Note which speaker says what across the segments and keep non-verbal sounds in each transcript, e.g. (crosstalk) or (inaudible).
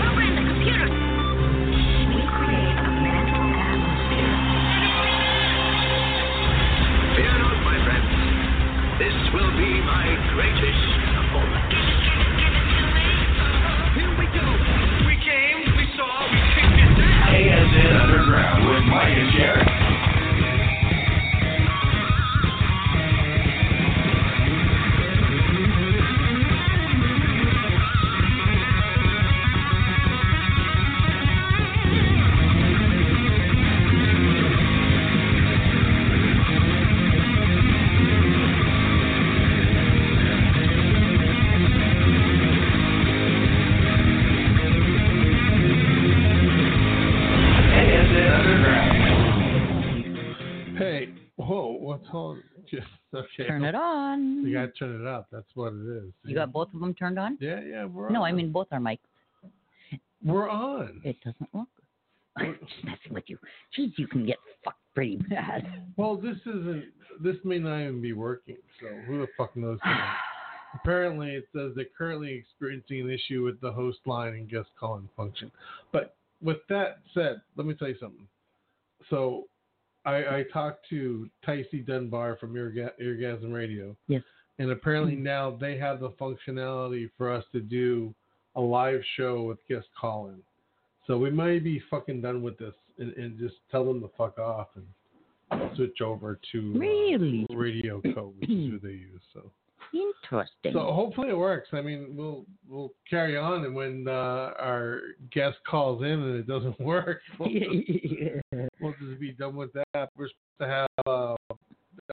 Speaker 1: Program the computer. We create a mental atmosphere.
Speaker 2: Fear not, my friends. This will be my greatest performance. Here we go. We came, we saw, we kicked it down. ASN Underground with Mike and Jerry. ASN Underground.
Speaker 3: Hey, whoa, what's on? (laughs) Just okay. oh,
Speaker 4: Turn it on.
Speaker 3: You gotta turn it up. That's what it is.
Speaker 4: You got both of them turned on?
Speaker 3: Yeah, yeah, we're on.
Speaker 4: No, I mean both are mics.
Speaker 3: we're on.
Speaker 4: It doesn't look. (laughs) I'm just messing with you. Jeez, you can get fucked pretty bad.
Speaker 3: Well, this isn't. This may not even be working. So who the fuck
Speaker 4: (laughs)
Speaker 3: knows? Apparently, it says they're currently experiencing an issue with the host line and guest calling function. But with that said, let me tell you something. So, I, I talked to Ticey Dunbar from Earga- Eargasm Radio.
Speaker 4: Yes. Mm-hmm.
Speaker 3: And apparently now they have the functionality for us to do a live show with guest calling. So we might be fucking done with this and, and just tell them to fuck off and switch over to uh,
Speaker 4: Really?
Speaker 3: Radio Co, which is who they use. So.
Speaker 4: (laughs) Interesting.
Speaker 3: So oh, hopefully it works. I mean, we'll we'll carry on, and when uh, our guest calls in and it doesn't (laughs) work, we'll, we'll just be done with that. We're supposed to have uh,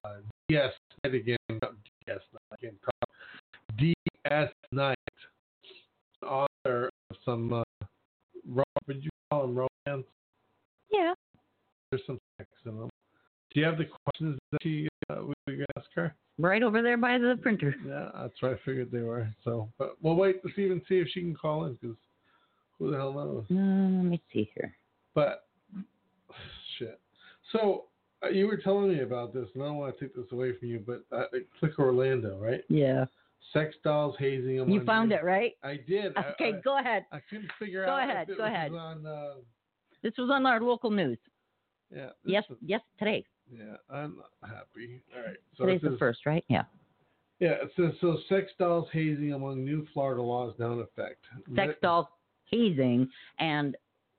Speaker 3: uh, DS night again. Not DS night again. call- DS night. Author of some. Uh, rom- would you call them romance?
Speaker 4: yeah.
Speaker 3: There's some sex in them. Do you have the questions that she uh, we we ask her?
Speaker 4: (laughs) Right over there by the printer.
Speaker 3: Yeah, that's what I figured they were. So, but we'll wait to see and see if she can call in because who the hell knows.
Speaker 4: Uh, let me see here.
Speaker 3: But shit. So uh, you were telling me about this, and I don't want to take this away from you, but uh, Click Orlando, right?
Speaker 4: Yeah.
Speaker 3: Sex dolls hazing. them
Speaker 4: You
Speaker 3: on
Speaker 4: found
Speaker 3: the-
Speaker 4: it, right? Uh,
Speaker 3: I did. I-
Speaker 4: Okay,
Speaker 3: I,
Speaker 4: go ahead.
Speaker 3: I couldn't figure
Speaker 4: Go
Speaker 3: out. If
Speaker 4: ahead,
Speaker 3: it
Speaker 4: go
Speaker 3: was
Speaker 4: ahead.
Speaker 3: On, uh,
Speaker 4: This was on our local news.
Speaker 3: yeah. this
Speaker 4: Yes,
Speaker 3: is-
Speaker 4: yes, today.
Speaker 3: yeah. I'm not happy. All right. So
Speaker 4: Today's
Speaker 3: it says,
Speaker 4: the first, right? Yeah.
Speaker 3: Yeah. It says so. Sex dolls hazing among new Florida laws now in effect.
Speaker 4: Sex doll hazing, and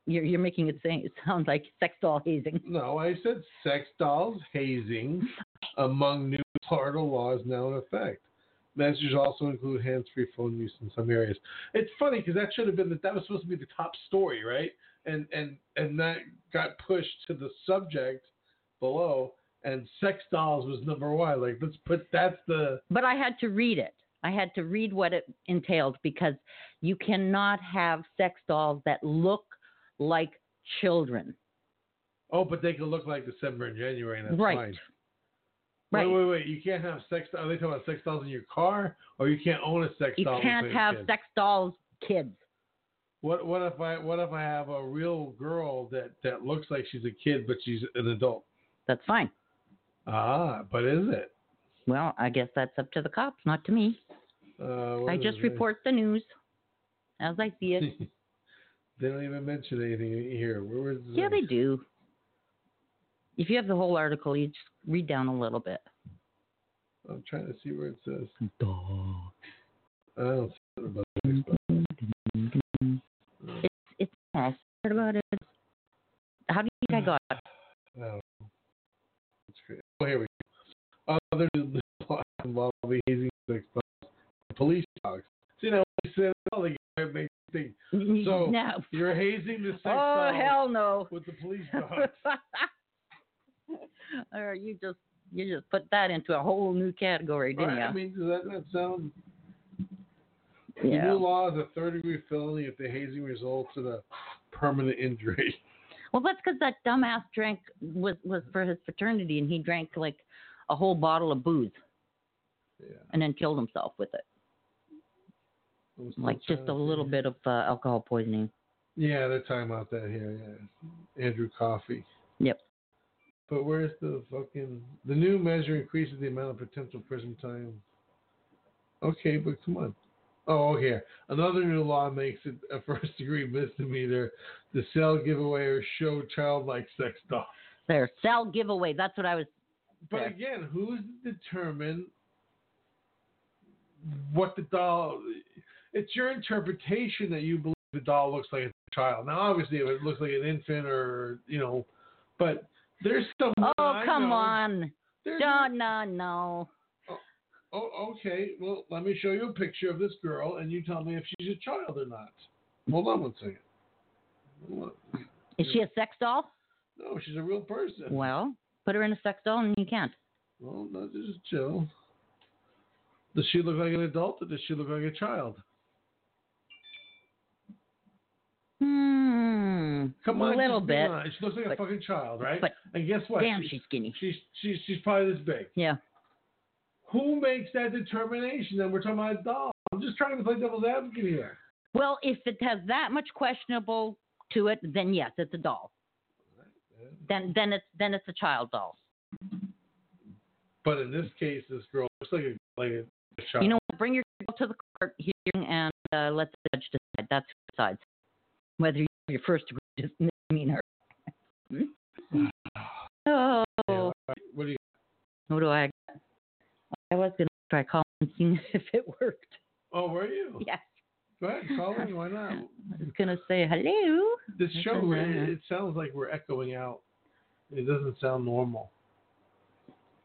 Speaker 4: you're, you're making it, say, it sound like sex doll hazing.
Speaker 3: No, I said sex dolls hazing among new Florida laws now in effect. Measures also include hands-free phone use in some areas. It's funny because that should have been the, that was supposed to be the top story, right? And and and that got pushed to the subject below, and sex dolls was number one. Like let's put that's the
Speaker 4: but I had to read it. I had to read what it entailed because you cannot have sex dolls that look like children.
Speaker 3: oh, but they can look like December and January, and that's
Speaker 4: Right.
Speaker 3: fine.
Speaker 4: Right.
Speaker 3: Wait, wait, wait! You can't have sex. Are they talking about sex dolls in your car, or you can't own a sex
Speaker 4: you
Speaker 3: doll? and
Speaker 4: can't
Speaker 3: play with
Speaker 4: have
Speaker 3: kids?
Speaker 4: sex dolls kids.
Speaker 3: What what if I what if I have a real girl that that looks like she's a kid but she's an adult?
Speaker 4: That's fine.
Speaker 3: Ah, but is it?
Speaker 4: Well, I guess that's up to the cops, not to me.
Speaker 3: Uh, what
Speaker 4: I
Speaker 3: does
Speaker 4: just
Speaker 3: it say?
Speaker 4: report the news as I see it.
Speaker 3: (laughs) They don't even mention anything here. Where was
Speaker 4: yeah, they do. If you have the whole article, you just read down a little bit.
Speaker 3: I'm trying to see where it says. I don't see it, but
Speaker 4: It's I heard about it. How do you
Speaker 3: Hmm.
Speaker 4: think I got? it?
Speaker 3: I don't know. It's great. Oh, here we go. Other new (laughs) laws involving hazing sex dogs, police dogs. See now we said all the make you think So,
Speaker 4: (laughs) no.
Speaker 3: you're hazing the sex
Speaker 4: Oh
Speaker 3: dogs
Speaker 4: hell no.
Speaker 3: with the police
Speaker 4: (laughs)
Speaker 3: dogs.
Speaker 4: or you just you just put that into a whole new category, didn't
Speaker 3: Right?
Speaker 4: you?
Speaker 3: I mean, does that not sound The
Speaker 4: yeah.
Speaker 3: new law is a third degree felony if the hazing results in a permanent injury. (laughs)
Speaker 4: Well, that's because that dumbass drank was was for his fraternity, and he drank like a whole bottle of booze
Speaker 3: Yeah.
Speaker 4: and then killed himself with it.
Speaker 3: I'm still
Speaker 4: Like just
Speaker 3: trying
Speaker 4: a
Speaker 3: to
Speaker 4: little
Speaker 3: figure-
Speaker 4: bit of uh, alcohol poisoning.
Speaker 3: Yeah, they're talking about that here. Yeah, Andrew Coffey.
Speaker 4: Yep.
Speaker 3: But where's the fucking the new measure increases the amount of potential prison time? Okay, but come on. Oh, here another new law makes it a (laughs) first degree misdemeanor to sell, giveaway, or show childlike sex dolls.
Speaker 4: There, sell giveaway. That's what I was.
Speaker 3: But
Speaker 4: Yeah.
Speaker 3: again, who's to determine what the doll? It's your interpretation that you believe the doll looks like a child. Now, obviously, if it looks like an infant or you know, but there's some.
Speaker 4: Oh
Speaker 3: I
Speaker 4: come
Speaker 3: know-
Speaker 4: on!
Speaker 3: there's-
Speaker 4: No, no, no.
Speaker 3: Oh, okay. Well, let me show you a picture of this girl, and you tell me if she's a child or not. Hold on one second. Hold on.
Speaker 4: Is she a sex doll?
Speaker 3: No, she's a real person.
Speaker 4: Well, put her in a sex doll and you can't.
Speaker 3: Well, no, just chill. Does she look like an adult or does she look like a child?
Speaker 4: Hmm.
Speaker 3: Come on,
Speaker 4: a little
Speaker 3: just be
Speaker 4: bit,
Speaker 3: honest. She looks like
Speaker 4: but-
Speaker 3: a fucking child, right?
Speaker 4: but
Speaker 3: and guess what?
Speaker 4: damn,
Speaker 3: she's
Speaker 4: she's skinny.
Speaker 3: she's she's she's probably this big.
Speaker 4: Yeah.
Speaker 3: Who makes that determination? That we're talking about a doll. I'm just trying to play devil's advocate here.
Speaker 4: Well, if it has that much questionable to it, then yes, it's a doll. Then then it's then it's a child doll.
Speaker 3: But in this case, this girl looks like a like a child.
Speaker 4: You know, what? bring your girl to the court hearing and uh, let the judge decide. That's who decides whether you have your first degree misdemeanor. oh,
Speaker 3: Yeah, all right. What do you?
Speaker 4: what do I? Got? I was gonna try calling (laughs) and seeing if it worked.
Speaker 3: Oh, were you?
Speaker 4: Yes,
Speaker 3: Go ahead, call in. Why not?
Speaker 4: (laughs) I was gonna say hello.
Speaker 3: This
Speaker 4: Yes,
Speaker 3: show,
Speaker 4: I
Speaker 3: it,
Speaker 4: know.
Speaker 3: it sounds like we're echoing out. It doesn't sound normal.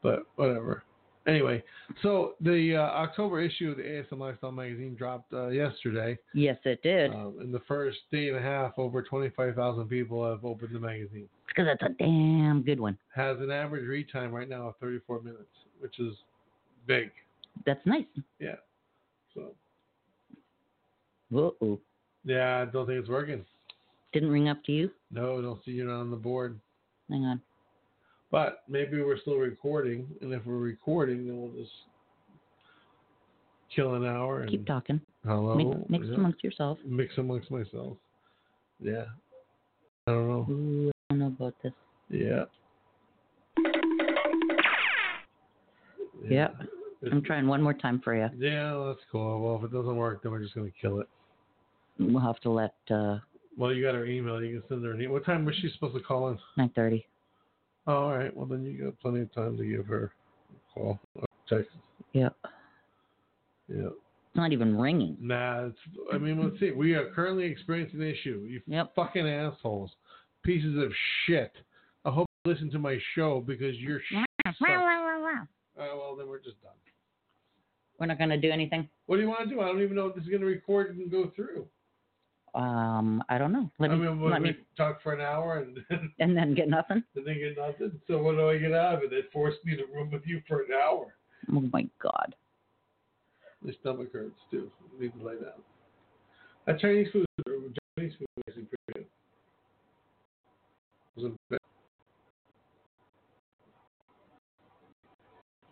Speaker 3: But whatever. Anyway, so the uh, October issue of the ASM Lifestyle magazine dropped uh, yesterday.
Speaker 4: Yes, it did.
Speaker 3: Um, in the first day and a half, over 25,000 people have opened the magazine.
Speaker 4: Because that's a damn good one.
Speaker 3: Has an average read time right now of 34 minutes, which is big.
Speaker 4: That's nice.
Speaker 3: So
Speaker 4: Uh oh,
Speaker 3: yeah, I don't think it's working.
Speaker 4: didn't ring up to you.
Speaker 3: No, I don't see you're not on the board.
Speaker 4: Hang on.
Speaker 3: But maybe we're still recording, and if we're recording, then we'll just kill an hour and
Speaker 4: Keep talking.
Speaker 3: hello,
Speaker 4: Mix, mix
Speaker 3: Mm. Oh, yeah.
Speaker 4: amongst yourself.
Speaker 3: mix amongst myself. Yeah, I don't know.
Speaker 4: Ooh, I don't know about this.
Speaker 3: Yeah.
Speaker 4: Yep. I'm trying one more time for you.
Speaker 3: Yeah, that's cool. Well, if it doesn't work, then we're just gonna kill it.
Speaker 4: We'll have to let uh,
Speaker 3: Well, you got her email. You can send her an email. What time was she supposed to call in?
Speaker 4: 9:30.
Speaker 3: Oh, all right. Well, then you got plenty of time to give her a call or text.
Speaker 4: Yeah,
Speaker 3: Yeah.
Speaker 4: it's not even ringing.
Speaker 3: Nah. It's, I mean, let's see. We are currently experiencing an issue. You
Speaker 4: Yep.
Speaker 3: fucking assholes, pieces of shit. I hope you listen to my show because you're. Sh- sucks. All right, well, then we're just done.
Speaker 4: We're not gonna do anything.
Speaker 3: What do you want to do? I don't even know if this is gonna record and go through.
Speaker 4: Um, I don't know. Let
Speaker 3: I
Speaker 4: me
Speaker 3: mean, what,
Speaker 4: let
Speaker 3: we
Speaker 4: me,
Speaker 3: talk for an hour and. (laughs)
Speaker 4: and then get nothing.
Speaker 3: and they get nothing. So what do I get out of it? They forced me to room with you for an hour.
Speaker 4: Oh my god.
Speaker 3: My stomach hurts too. I need to lay down. That Chinese food, Chinese food was actually pretty good. Wasn't bad.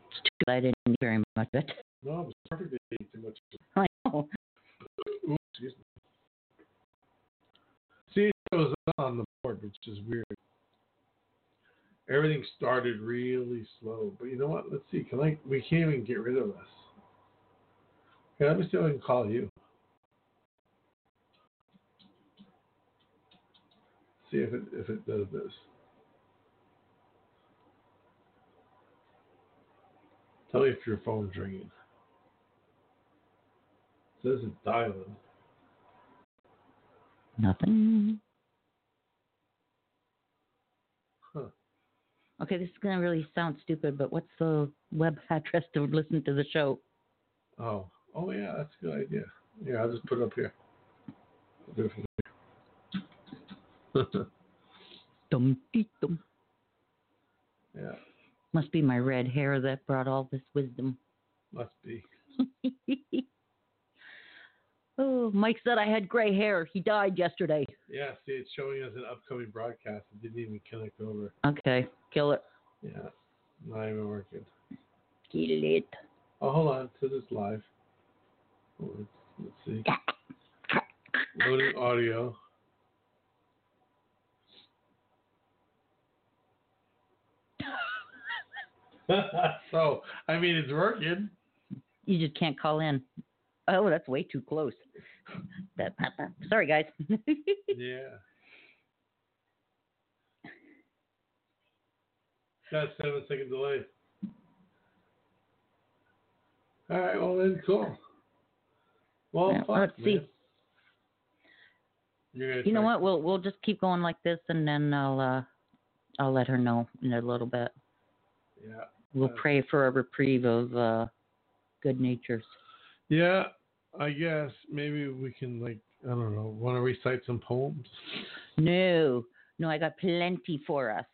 Speaker 4: It's too bad I didn't eat very much of it. (laughs)
Speaker 3: No, it was perfect. They ate too much.
Speaker 4: I know.
Speaker 3: Ooh, excuse me. See, it was on the board, which is weird. Everything started really slow, but you know what? Let's see. Can I? We can't even get rid of this. Okay, let me see if I can call you. See if it if it does this. Tell me if your phone's ringing. It says it's dialing.
Speaker 4: Nothing.
Speaker 3: Huh.
Speaker 4: Okay, this is gonna really sound stupid, but what's the web address to listen to the show?
Speaker 3: Oh, oh yeah, that's a good idea. Yeah, I'll just put it up here. I'll do it from there. (laughs)
Speaker 4: Dum dee dum.
Speaker 3: yeah,
Speaker 4: Must be my red hair that brought all this wisdom. (laughs)
Speaker 3: must be.
Speaker 4: oh, Mike said I had gray hair. He died yesterday.
Speaker 3: Yeah, see, it's showing us an upcoming broadcast. It didn't even connect over.
Speaker 4: Okay, kill it.
Speaker 3: Yeah, not even working.
Speaker 4: kill it.
Speaker 3: Oh, hold on. This is live. Oh, Let's, let's see. Loading audio. (laughs) so, I mean, it's working.
Speaker 4: You just can't call in. Oh, that's way too close. (laughs) That, sorry, guys. (laughs)
Speaker 3: Yeah. Got a seven second delay. All right, well then, cool. Well,
Speaker 4: Yeah,
Speaker 3: Oh, fuck,
Speaker 4: let's see.
Speaker 3: man. You're gonna
Speaker 4: you know
Speaker 3: try-
Speaker 4: what? We'll we'll just keep going like this, and then I'll uh, I'll let her know in a little bit.
Speaker 3: Yeah.
Speaker 4: We'll
Speaker 3: Uh,
Speaker 4: pray for a reprieve of uh, good natures.
Speaker 3: Yeah, I guess maybe we can like I don't know. Want to recite some poems?
Speaker 4: No, no, I got plenty for us.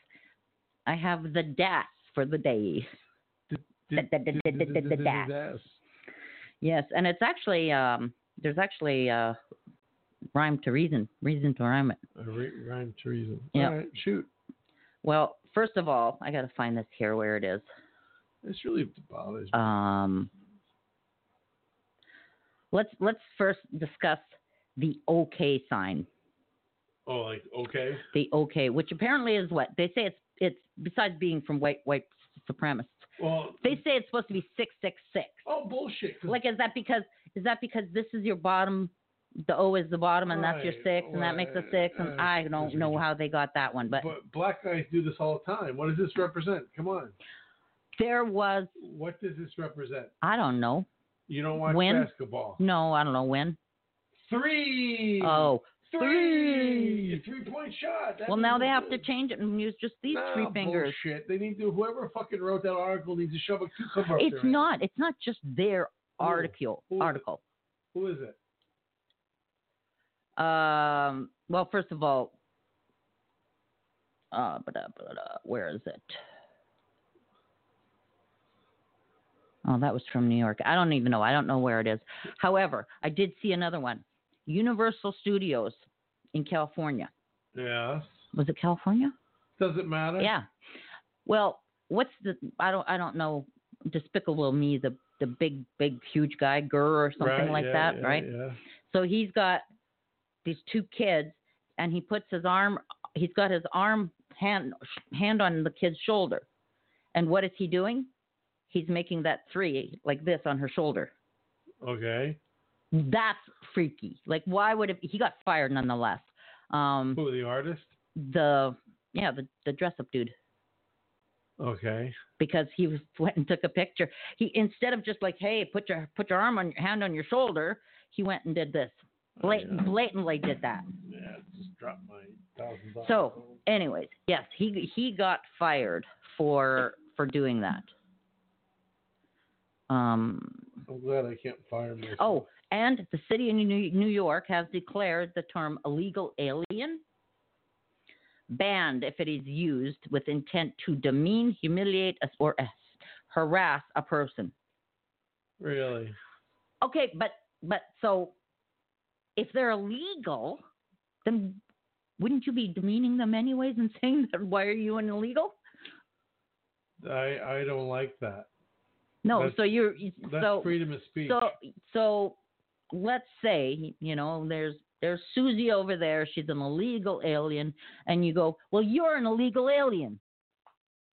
Speaker 4: I have the das for the day. Da- da- da- da- da- da- da- da.
Speaker 3: Yes.
Speaker 4: Yes, and it's actually um, there's actually uh, rhyme to reason, reason to rhyme it.
Speaker 3: I re- rhyme to reason.
Speaker 4: Yeah.
Speaker 3: All right, shoot.
Speaker 4: Well, first of all, I got to find this here where it is.
Speaker 3: It's really bothers me.
Speaker 4: Um, let's let's first discuss the OK sign.
Speaker 3: oh, like okay.
Speaker 4: The OK, which apparently is what they say it's it's besides being from white white supremacists,
Speaker 3: Well.
Speaker 4: they say it's supposed to be six six six.
Speaker 3: oh bullshit. 'cause-
Speaker 4: Like, is that because is that because this is your bottom? The O is the bottom, and that's your
Speaker 3: Right,
Speaker 4: six, and that makes a six. And
Speaker 3: uh,
Speaker 4: I don't know how they got that one, but
Speaker 3: but black guys do this all the time. What does this represent? Come on.
Speaker 4: there was
Speaker 3: What does this represent?
Speaker 4: I don't know,
Speaker 3: You don't watch
Speaker 4: Win?
Speaker 3: basketball.
Speaker 4: no, I don't know when.
Speaker 3: Three.
Speaker 4: Oh,
Speaker 3: three. Three point shot. That
Speaker 4: well now
Speaker 3: means-
Speaker 4: they have to change it and use just these
Speaker 3: Nah,
Speaker 4: three fingers.
Speaker 3: Bullshit. They need to. Whoever fucking wrote that article needs to shove a cucumber. up
Speaker 4: It's
Speaker 3: their ass.
Speaker 4: not. It's not just their
Speaker 3: Who?
Speaker 4: article.
Speaker 3: Who?
Speaker 4: Article.
Speaker 3: Who is it?
Speaker 4: Um. Well, first of all, uh, ba-da, ba-da, where is it? Oh, that was from New York. I don't even know. I don't know where it is. However, I did see another one. Universal Studios in California.
Speaker 3: Yes.
Speaker 4: Was it California?
Speaker 3: Doesn't matter.
Speaker 4: Yeah. Well, what's the I don't I don't know Despicable Me the the big big huge guy Gurr or something
Speaker 3: Right,
Speaker 4: like
Speaker 3: yeah,
Speaker 4: that,
Speaker 3: yeah,
Speaker 4: right?
Speaker 3: Yeah.
Speaker 4: So he's got these two kids and he puts his arm he's got his arm hand hand on the kid's shoulder. And what is he doing? He's making that 3 like this on her shoulder.
Speaker 3: Okay.
Speaker 4: That's freaky. Like why would it, he got fired nonetheless. Um
Speaker 3: Who the artist?
Speaker 4: the yeah, the the dress up dude
Speaker 3: Okay.
Speaker 4: because he (laughs) was went and took a picture. He instead of just like, hey, put your put your arm on your hand on your shoulder, he went and did this. Blatant,
Speaker 3: yeah.
Speaker 4: blatantly did that.
Speaker 3: Yeah. Just dropped my thousand dollars.
Speaker 4: So, anyways, yes, he he got fired for for doing that. Um.
Speaker 3: I'm glad I can't fire myself.
Speaker 4: Oh, and the city of New New York has declared the term illegal alien banned if it is used with intent to demean, humiliate, or harass a person.
Speaker 3: Really?
Speaker 4: Okay, but but so if they're illegal, then wouldn't you be demeaning them anyways and saying that why are you an illegal?
Speaker 3: I I don't like that.
Speaker 4: No,
Speaker 3: That's-
Speaker 4: so you're you-
Speaker 3: That's
Speaker 4: so
Speaker 3: freedom of speech.
Speaker 4: so so let's say you know there's there's Susie over there, she's an illegal alien and you go, "Well, you're an illegal alien."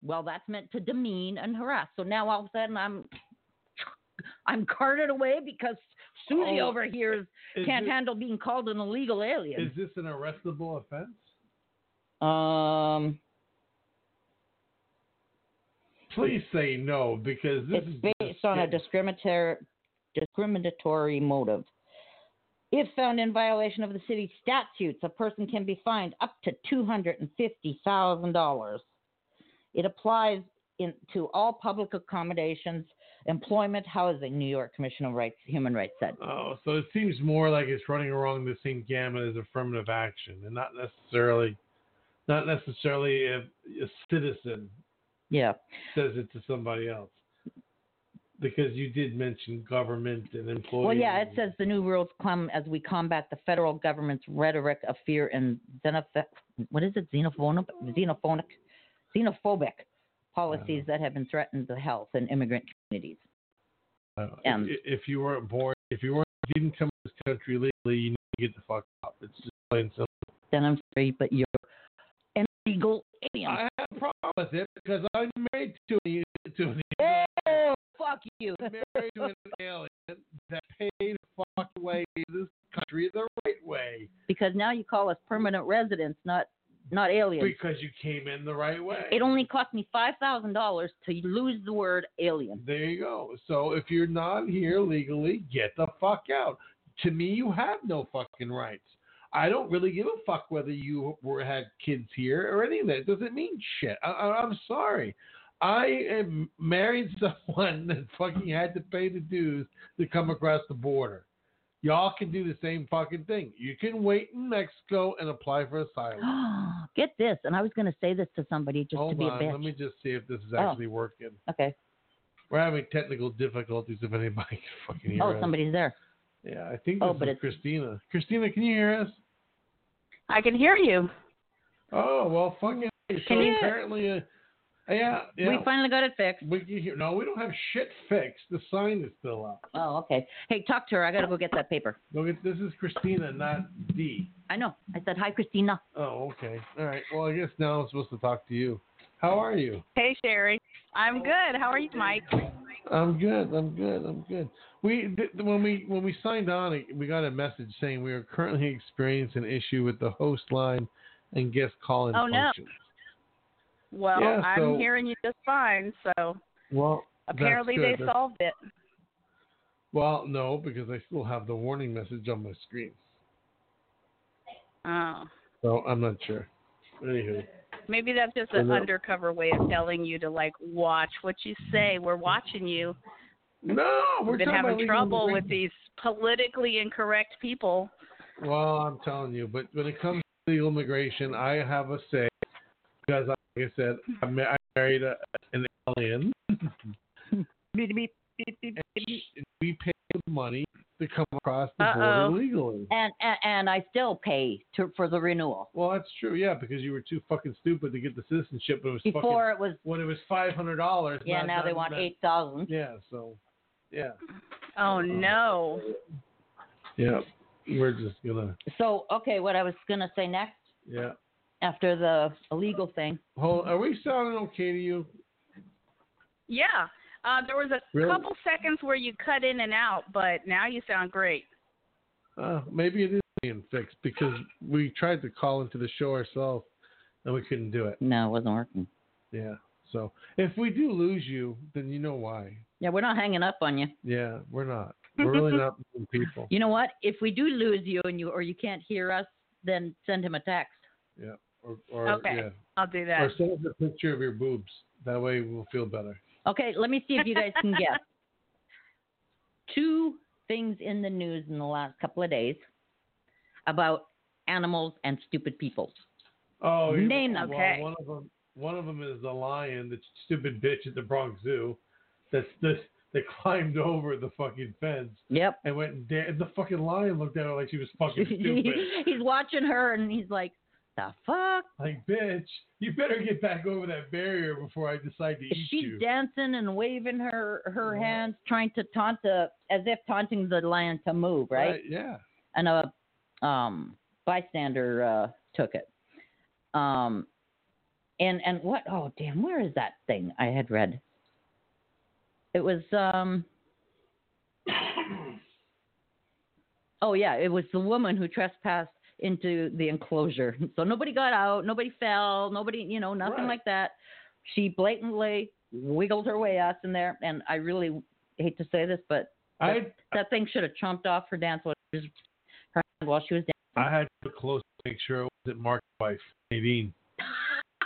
Speaker 4: Well, that's meant to demean and harass. So now all of a sudden I'm I'm carted away because Susie
Speaker 3: Oh,
Speaker 4: over here is
Speaker 3: is
Speaker 4: can't
Speaker 3: thi-
Speaker 4: handle being called an illegal alien.
Speaker 3: Is this an arrestable offense?
Speaker 4: um,
Speaker 3: Please say no because this is
Speaker 4: it's based on a
Speaker 3: disgusting.
Speaker 4: discriminatory, discriminatory motive. If found in violation of the city statutes, a person can be fined up to two hundred and fifty thousand dollars. It applies in, to all public accommodations, employment, housing. New York Commission of Rights, Human Rights said.
Speaker 3: Oh, so it seems more like it's running along the same gamut as affirmative action, and not necessarily, not necessarily if a citizen
Speaker 4: Yeah.
Speaker 3: says it to somebody else, because you did mention government and employees.
Speaker 4: Well, yeah, it says the new rules come as we combat the federal government's rhetoric of fear and xenoph- what is it xenophonic xenophonic xenophobic policies that have been threatened the health and immigrant communities.
Speaker 3: Uh,
Speaker 4: Um,
Speaker 3: if, if you weren't born, if you weren't, if you didn't come to this country legally, you need to get the fuck up. It's just plain simple.
Speaker 4: Then I'm sorry, but you're an illegal alien.
Speaker 3: I have a problem with it because I'm married to an e, to an, (laughs)
Speaker 4: oh, fuck you.
Speaker 3: married to an alien that paid fuck way in this country the right way
Speaker 4: Because now you call us permanent residents, not not aliens.
Speaker 3: because you came in the right way.
Speaker 4: It only cost me five thousand dollars to lose the word alien. (gasps)
Speaker 3: There you go. So if you're not here legally, get the fuck out. To me, you have no fucking rights. I don't really give a fuck whether you were had kids here or any of that. It doesn't mean shit. I, I, I'm sorry. I am married (laughs) someone that fucking had to pay the dues to come across the border. Y'all can do the same fucking thing. You can wait in Mexico and apply for asylum.
Speaker 4: Get this, and I was going to say this to somebody (gasps) just to
Speaker 3: Hold
Speaker 4: be a
Speaker 3: on.
Speaker 4: bitch.
Speaker 3: Let me just see if this is
Speaker 4: Oh.
Speaker 3: actually working.
Speaker 4: Okay.
Speaker 3: We're having technical difficulties if anybody (laughs) can fucking hear
Speaker 4: Oh,
Speaker 3: us.
Speaker 4: somebody's there.
Speaker 3: Yeah, I think
Speaker 4: Oh,
Speaker 3: this
Speaker 4: but
Speaker 3: is
Speaker 4: it's-
Speaker 3: Christina. Christina, can you hear us?
Speaker 5: I can hear you.
Speaker 3: Oh well, fucking. Can so
Speaker 5: you-
Speaker 3: apparently, uh, yeah, yeah.
Speaker 4: We finally got it fixed.
Speaker 3: we can hear. No, we don't have shit fixed. The sign is still up.
Speaker 4: Oh, okay. Hey, talk to her. I got to go get that paper.
Speaker 3: Look at this is Christina, not D.
Speaker 4: I know. I said hi, Christina.
Speaker 3: Oh, okay. All right. Well, I guess now I'm supposed to talk to you. How are you?
Speaker 5: Hey, Sherry. I'm good. How are you, Mike?
Speaker 3: I'm good. I'm good. I'm good. We th- when we when we signed on, we got a message saying we are currently experiencing an issue with the host line and guest calling
Speaker 5: Oh, no.
Speaker 3: functions.
Speaker 5: Well,
Speaker 3: Yeah,
Speaker 5: I'm
Speaker 3: so-
Speaker 5: hearing you just fine. So
Speaker 3: Well, that's
Speaker 5: apparently
Speaker 3: good.
Speaker 5: they
Speaker 3: That's-
Speaker 5: solved it.
Speaker 3: Well, no, because I still have the warning message on my screen.
Speaker 5: Oh,
Speaker 3: So I'm not sure. Anywho.
Speaker 5: maybe that's just
Speaker 3: I
Speaker 5: an
Speaker 3: know.
Speaker 5: undercover way of telling you to like watch what you say. We're watching you.
Speaker 3: No, we're
Speaker 5: We've been
Speaker 3: talking about
Speaker 5: having
Speaker 3: legal
Speaker 5: trouble with
Speaker 3: immigration.
Speaker 5: these politically incorrect people.
Speaker 3: Well, I'm telling you, but when it comes to legal immigration, I have a say because, like I said, I, ma- I married a, an alien. and she- we paid the money to come across the
Speaker 5: Uh-oh.
Speaker 3: border legally.
Speaker 4: And, and and I still pay to, for the renewal.
Speaker 3: Well, that's true, yeah, because you were too fucking stupid to get the citizenship when it was fucking
Speaker 4: Before it was
Speaker 3: when it was five hundred dollars.
Speaker 4: yeah. Now they want eight thousand.
Speaker 3: Yeah, so yeah. Uh,
Speaker 5: Oh no.
Speaker 3: Yeah. We're just gonna
Speaker 4: So okay, what I was gonna say next
Speaker 3: yeah.
Speaker 4: after the illegal thing.
Speaker 3: Hold are we sounding okay to you?
Speaker 5: Yeah. Uh, there was a
Speaker 3: Really?
Speaker 5: couple seconds where you cut in and out, but now you sound great.
Speaker 3: Uh, maybe it is being fixed because we tried to call into the show ourselves and we couldn't do it.
Speaker 4: No, it wasn't working.
Speaker 3: Yeah. So if we do lose you, then you know why.
Speaker 4: Yeah, we're not hanging up on you.
Speaker 3: Yeah, we're not. We're (laughs) really not mean people.
Speaker 4: You know what? If we do lose you and you or you can't hear us, then send him a text.
Speaker 3: Or, or
Speaker 5: Okay.
Speaker 3: yeah.
Speaker 5: I'll do
Speaker 3: Or
Speaker 5: that.
Speaker 3: send us a picture of your boobs. That way we'll feel better.
Speaker 4: Okay, let me see if you guys can guess. Two things in the news in the last couple of days about animals and stupid people.
Speaker 3: Oh, you-
Speaker 4: Name them.
Speaker 3: well,
Speaker 5: Okay.
Speaker 3: One of them, one of them is the lion, the stupid bitch at the Bronx Zoo, that's this that (laughs) climbed over the fucking fence
Speaker 4: Yep.
Speaker 3: and went and danced. The fucking lion looked at her like she was
Speaker 4: (laughs)
Speaker 3: fucking stupid.
Speaker 4: he's watching her and he's like, the fuck?
Speaker 3: like, bitch, you better get back over that barrier before I decide to
Speaker 4: Is
Speaker 3: eat
Speaker 4: (laughs) she
Speaker 3: you.
Speaker 4: dancing and waving her her
Speaker 3: Yeah.
Speaker 4: hands, trying to taunt the as if taunting the lion to move, right?
Speaker 3: Yeah.
Speaker 4: and a um, bystander uh, took it. Um, and and what? Oh damn! Where is that thing I had read? It was um. (coughs) oh yeah, it was the woman who trespassed into the enclosure. So nobody got out, nobody fell, nobody, you know, nothing
Speaker 3: Right.
Speaker 4: like that. She blatantly wiggled her way out in there, and I really hate to say this, but
Speaker 3: I
Speaker 4: that thing should have chomped off her dance while she was, her hand while she was dancing.
Speaker 3: I had to look close to make sure it wasn't marked by Nadine.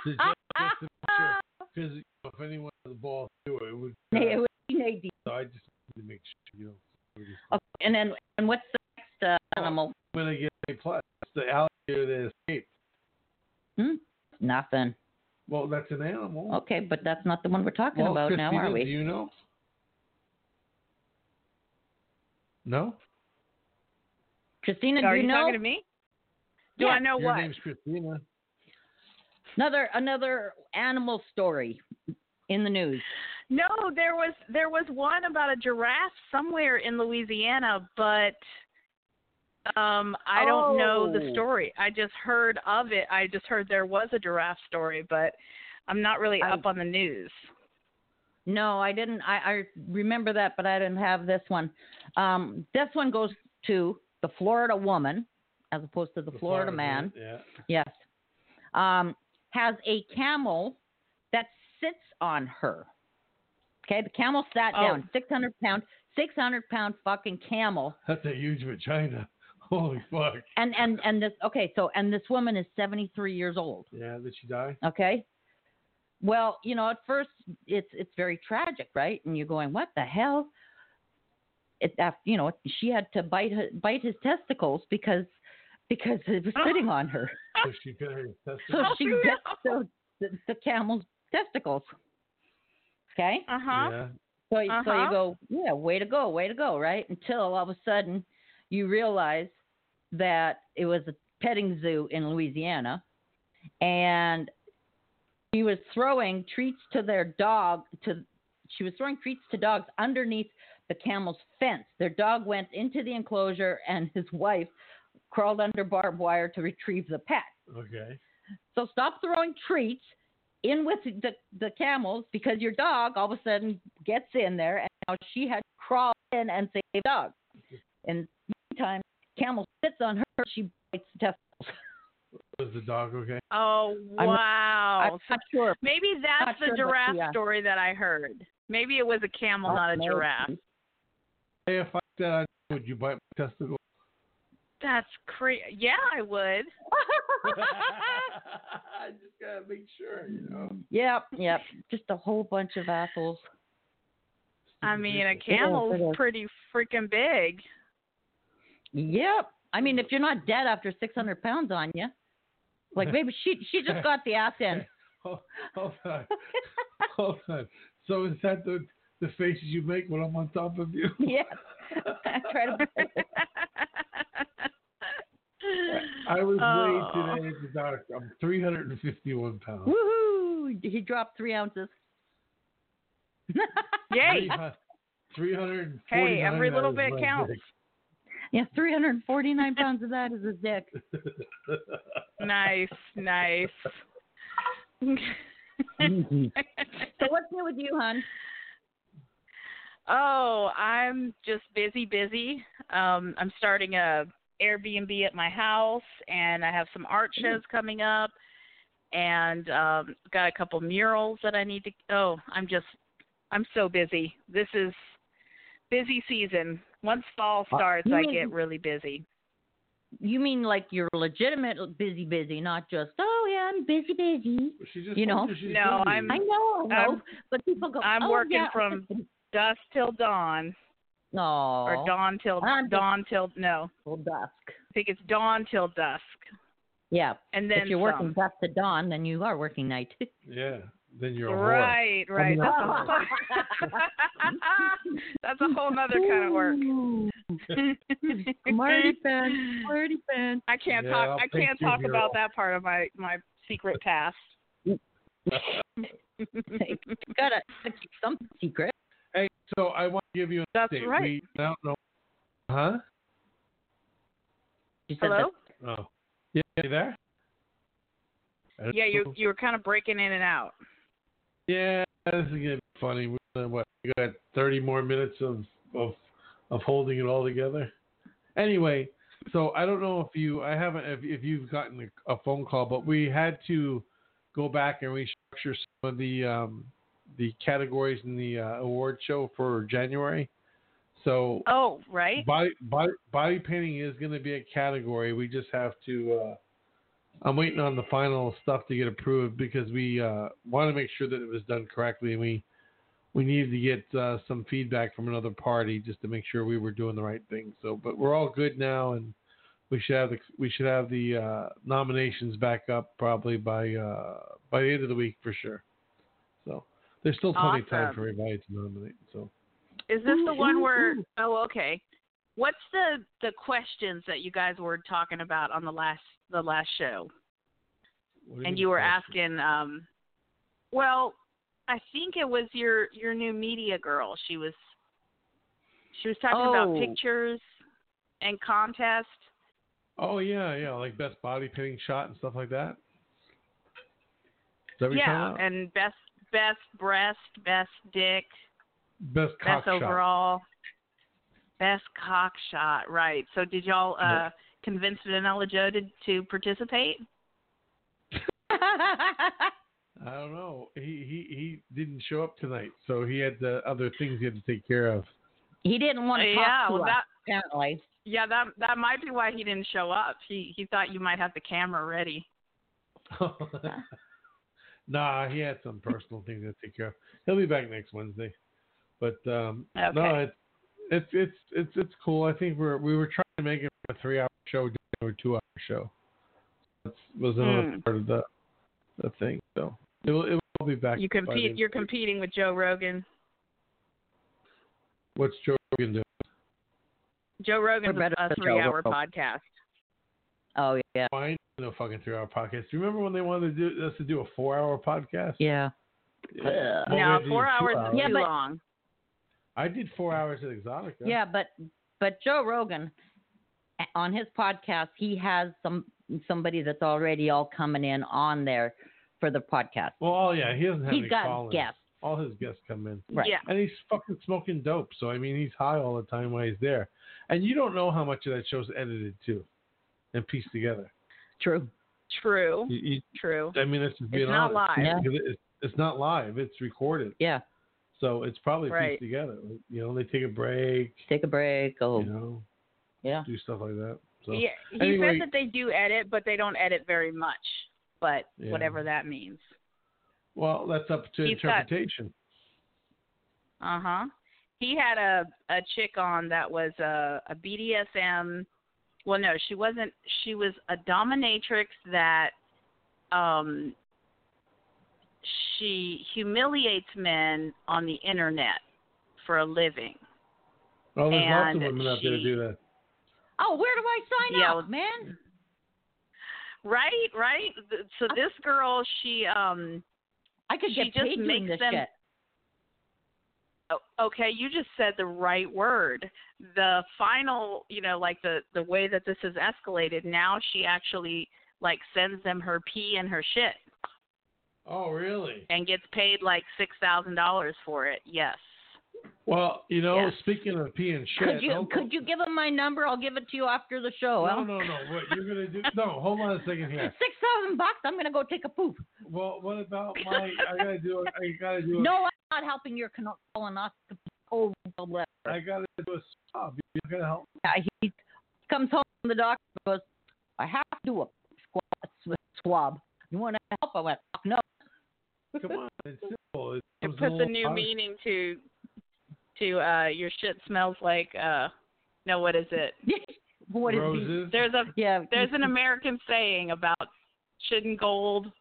Speaker 3: To just- just to make sure. Because you know, if anyone had the ball through it, it would.
Speaker 4: It was Nadine.
Speaker 3: so I just need to make sure you know.
Speaker 4: Okay, and then and what's the next uh, animal?
Speaker 3: when they get a plus. It's the alligator that escaped.
Speaker 4: Nothing.
Speaker 3: Well, that's an animal.
Speaker 4: Okay, but that's not the one we're talking
Speaker 3: well,
Speaker 4: about now,
Speaker 3: Christina,
Speaker 4: are
Speaker 3: Do
Speaker 4: we?
Speaker 3: you know? No.
Speaker 4: Christina,
Speaker 5: Are
Speaker 4: do
Speaker 5: you
Speaker 4: you know
Speaker 5: talking to me? Do
Speaker 4: Yeah.
Speaker 5: I know
Speaker 3: Your
Speaker 5: what?
Speaker 3: name's Christina.
Speaker 4: another another animal story? in the news?
Speaker 5: No, there was there was one about a giraffe somewhere in Louisiana, but um I don't know the
Speaker 4: Oh.
Speaker 5: story. I just heard of it. I just heard there was a giraffe story, but I'm not really
Speaker 4: I-
Speaker 5: up on the news.
Speaker 4: No, I didn't. I, I remember that, but I didn't have this one. Um, this one goes to the Florida woman as opposed to the, Florida, man.
Speaker 3: Yeah.
Speaker 4: Yes. Um, has a camel that sits on her. Okay, the camel sat
Speaker 5: Oh.
Speaker 4: down. 600 pound, 600 pound fucking camel.
Speaker 3: That's a huge vagina. (laughs) Holy fuck.
Speaker 4: And, and, and this, okay, so, and this woman is 73 years old.
Speaker 3: Yeah, did she die?
Speaker 4: Okay. Well, you know, at first it's it's very tragic, right? And you're going, what the hell? It, af- you know, she had to bite her, bite his testicles because because it was sitting on her.
Speaker 3: So she could have
Speaker 4: (laughs) So
Speaker 3: tested.
Speaker 4: she
Speaker 5: Oh,
Speaker 4: bit
Speaker 5: no.
Speaker 4: the, the, the camel's testicles. Okay.
Speaker 5: Uh (laughs) huh.
Speaker 3: Yeah.
Speaker 4: So, you so you
Speaker 5: Uh-huh.
Speaker 4: go, yeah, way to go, way to go, right? Until all of a sudden you realize that it was a petting zoo in Louisiana and she was throwing treats to their dog to she was throwing treats to dogs underneath the camel's fence. Their dog went into the enclosure and his wife crawled under barbed wire to retrieve the pet.
Speaker 3: Okay.
Speaker 4: So stop throwing treats in with the, the camels because your dog all of a sudden gets in there and now she had crawled in and saved the dog. In the meantime, camel sits on her, she bites the testicles.
Speaker 3: Was the dog okay?
Speaker 5: Oh
Speaker 4: I'm-
Speaker 5: wow.
Speaker 4: I'm not sure.
Speaker 5: Maybe that's
Speaker 4: not sure
Speaker 5: the
Speaker 4: what
Speaker 5: giraffe
Speaker 4: the, uh,
Speaker 5: story that I heard. Maybe it was a camel, not a
Speaker 4: Maybe.
Speaker 5: giraffe.
Speaker 3: Hey, if I did, I would you bite my testicle? (laughs)
Speaker 5: That's crazy. Yeah, I would.
Speaker 3: I just gotta make sure, you know.
Speaker 4: (laughs) Yep, yep. Just a whole bunch of assholes.
Speaker 5: I mean, a
Speaker 4: is, Mm-hmm. it
Speaker 5: camel's
Speaker 4: is.
Speaker 5: pretty freaking big.
Speaker 4: Yep. I mean, if you're not dead after 600 pounds on you, (laughs) like maybe she she just got the ass end.
Speaker 3: Hold,
Speaker 5: (laughs)
Speaker 3: hold on, hold on. So is that the the faces you make when I'm on top of you?
Speaker 4: (laughs) Yes. (laughs) I try to.
Speaker 3: (laughs)
Speaker 4: (laughs)
Speaker 3: I was
Speaker 5: Oh.
Speaker 3: weighed today at the doctor. I'm 351 pounds.
Speaker 4: Woohoo! He dropped three ounces. (laughs)
Speaker 5: Yay!
Speaker 3: 300.
Speaker 5: Hey, every little bit counts.
Speaker 4: Yeah, 349 (laughs) pounds of that is his dick.
Speaker 5: Nice, nice. (laughs)
Speaker 4: (laughs) So what's new with you, hon?
Speaker 5: oh, I'm just busy, busy. Um, I'm starting a Airbnb at my house, and I have some art
Speaker 4: Mm.
Speaker 5: shows coming up, and um, got a couple murals that I need to. Oh, I'm just, I'm so busy. This is busy season. Once fall
Speaker 4: Uh,
Speaker 5: starts, I get really busy.
Speaker 4: You mean like you're legitimate busy, busy, not just oh yeah, I'm busy, busy.
Speaker 3: (laughs) She just
Speaker 4: You know?
Speaker 3: told she's
Speaker 5: No,
Speaker 3: busy.
Speaker 5: I'm-
Speaker 4: I know, no,
Speaker 5: I'm-
Speaker 4: but people go.
Speaker 5: I'm
Speaker 4: oh,
Speaker 5: working
Speaker 4: yeah. (laughs)
Speaker 5: from dusk till dawn,
Speaker 4: no
Speaker 5: or dawn till
Speaker 4: I'm just-
Speaker 5: dawn till no.
Speaker 4: till dusk.
Speaker 5: I think it's dawn till dusk,
Speaker 4: Yeah,
Speaker 5: and then
Speaker 4: if you're working
Speaker 5: some.
Speaker 4: dusk to dawn, then you are working night.
Speaker 3: Yeah. Then you're a whore.
Speaker 5: Right, right.
Speaker 3: mean,
Speaker 5: That's, a whole, (laughs) that's a whole nother kind of work.
Speaker 3: (laughs)
Speaker 4: Marty fan, Marty fan.
Speaker 5: I can't
Speaker 3: Yeah, I'll
Speaker 5: talk. I
Speaker 3: take
Speaker 5: can't
Speaker 3: you
Speaker 5: talk
Speaker 3: here.
Speaker 5: about that part of my my secret
Speaker 3: (laughs)
Speaker 5: past.
Speaker 4: Gotta, gotta keep some secret.
Speaker 3: Hey, so I want to give you an
Speaker 5: That's
Speaker 3: update.
Speaker 5: right.
Speaker 3: We, I don't know. Huh?
Speaker 4: She said
Speaker 5: Hello?
Speaker 3: Oh. Yeah, you there? I don't
Speaker 5: Yeah, you
Speaker 3: know.
Speaker 5: you were kind of breaking in and out.
Speaker 3: Yeah, this is gonna be funny. We got, what, we got 30 more minutes of of of holding it all together. Anyway, so I don't know if you, I haven't, if if you've gotten a, a phone call, but we had to go back and restructure some of the um the categories in the uh, award show for January. So
Speaker 5: Oh, right.
Speaker 3: body body body painting is going to be a category. We just have to. Uh, I'm waiting on the final stuff to get approved because we uh, want to make sure that it was done correctly, and we we needed to get uh, some feedback from another party just to make sure we were doing the right thing. So, but we're all good now, and we should have the we should have the uh, nominations back up probably by uh, by the end of the week for sure. So there's still plenty of time
Speaker 5: Awesome.
Speaker 3: for everybody to nominate. So
Speaker 5: Is this the one where? Oh, okay. What's the the questions that you guys were talking about on the last the last show?
Speaker 3: what do
Speaker 5: and
Speaker 3: mean
Speaker 5: you were
Speaker 3: question?
Speaker 5: asking um well I think it was your your new media girl. She was she was talking about
Speaker 4: Oh.
Speaker 5: pictures and contests.
Speaker 3: Oh yeah, yeah, like best body painting shot and stuff like that. Is that what you're
Speaker 5: Yeah,
Speaker 3: talking about?
Speaker 5: and best best breast, best dick,
Speaker 3: best cock
Speaker 5: best
Speaker 3: shot.
Speaker 5: overall, best cock shot. Right. So did y'all uh convince Vanilla Joe to to participate?
Speaker 4: (laughs)
Speaker 3: I don't know. He he he didn't show up tonight, so he had uh, other things he had to take care of. (laughs)
Speaker 4: he didn't want to talk
Speaker 5: yeah.
Speaker 4: to
Speaker 5: Well,
Speaker 4: us,
Speaker 5: that
Speaker 4: apparently.
Speaker 5: yeah that that might be why he didn't show up. He he thought you might have the camera ready.
Speaker 3: nah, he had some personal things to take care of. He'll be back next Wednesday. But um
Speaker 5: Okay.
Speaker 3: no, it's it's it's it's it's cool. I think we're we were trying to make it a three hour show or two hour show. That was another
Speaker 5: Hmm.
Speaker 3: part of the the thing. So it will it will all be back.
Speaker 5: You
Speaker 3: by
Speaker 5: compete.
Speaker 3: then.
Speaker 5: You're competing with Joe Rogan.
Speaker 3: What's Joe Rogan doing?
Speaker 5: Joe Rogan's
Speaker 4: We're better
Speaker 5: a
Speaker 4: than Joe
Speaker 5: three-hour
Speaker 4: Rogan.
Speaker 5: podcast.
Speaker 4: Oh yeah,
Speaker 3: Why ain't no fucking three hour podcast? Do you remember when they wanted to do us to do a four hour podcast?
Speaker 4: yeah.
Speaker 3: Yeah.
Speaker 4: Oh,
Speaker 3: Well,
Speaker 5: No,
Speaker 3: we did
Speaker 5: four
Speaker 3: two
Speaker 5: hours
Speaker 3: hours.
Speaker 5: is
Speaker 4: Yeah,
Speaker 5: too
Speaker 4: but-
Speaker 5: long.
Speaker 3: I did four hours at Exotica.
Speaker 4: Yeah, but but Joe Rogan on his podcast, he has some somebody that's already all coming in on there for the podcast.
Speaker 3: Well, oh, yeah, he doesn't have
Speaker 4: He's
Speaker 3: any
Speaker 4: got
Speaker 3: call-ins.
Speaker 4: guests.
Speaker 3: All his guests come in.
Speaker 4: Right.
Speaker 5: Yeah.
Speaker 3: And he's fucking smoking dope. So, I mean, he's high all the time while he's there. And you don't know how much of that show's edited, too, and pieced together.
Speaker 4: True.
Speaker 5: True.
Speaker 3: You,
Speaker 5: True.
Speaker 3: you, I mean, that's just being
Speaker 5: It's not
Speaker 3: honest.
Speaker 5: live.
Speaker 4: Yeah.
Speaker 3: Because it- It's, it's not live, it's recorded.
Speaker 4: Yeah.
Speaker 3: So it's probably
Speaker 5: Right.
Speaker 3: pieced together. You know, they take a break,
Speaker 4: Take a break. Go.
Speaker 3: you know,
Speaker 4: Oh. Yeah.
Speaker 3: do stuff like that. So,
Speaker 5: Yeah. He
Speaker 3: Anyway.
Speaker 5: says that they do edit, but they don't edit very much. But
Speaker 3: Yeah.
Speaker 5: whatever that means.
Speaker 3: well, that's up to
Speaker 5: He's got-
Speaker 3: interpretation.
Speaker 5: Uh huh. He had a a chick on that was a a BDSM. Well, no, she wasn't. She was a dominatrix that um she humiliates men on the internet for a living.
Speaker 3: Oh, there's lots of
Speaker 5: and
Speaker 3: women out there to
Speaker 5: she-
Speaker 3: do that.
Speaker 4: Oh, where do I sign
Speaker 5: Yeah, well-
Speaker 4: up, man?
Speaker 5: Right, right. Th- So this girl, she um
Speaker 4: I could
Speaker 5: She
Speaker 4: get
Speaker 5: just
Speaker 4: paid doing
Speaker 5: makes
Speaker 4: this
Speaker 5: them-
Speaker 4: shit.
Speaker 5: o- Oh, okay, you just said the right word. The final, you know, like the the way that this has escalated, now she actually like sends them her pee and her shit
Speaker 3: Oh, really?
Speaker 5: and gets paid like $6,000 for it. Yes.
Speaker 3: Well, you know,
Speaker 5: Yeah.
Speaker 3: speaking of pee and shit,
Speaker 4: Could you
Speaker 3: don't-
Speaker 4: could you give him my number? I'll give it to you after the show.
Speaker 3: No, no, no. What you're gonna do? No, hold on a second here.
Speaker 4: Six thousand bucks. I'm gonna go take a poop.
Speaker 3: Well, what about my? I gotta do. a- I gotta do. A,
Speaker 4: No, I'm not helping your col- colonoscopy. Oh, bless.
Speaker 3: I gotta do a swab. You're gonna help.
Speaker 4: Yeah, he comes home from the doctor and goes, I have to do a squab- sw- swab. You want to help? I went, "Fuck no. (laughs)
Speaker 3: Come on, it's simple. It
Speaker 5: It
Speaker 3: comes in
Speaker 5: puts a
Speaker 3: little
Speaker 5: new
Speaker 3: box.
Speaker 5: meaning to to uh your shit smells like uh no what is it?
Speaker 4: what is he?
Speaker 3: Roses.
Speaker 5: There's a
Speaker 4: Yeah.
Speaker 5: there's an American saying about shit and gold.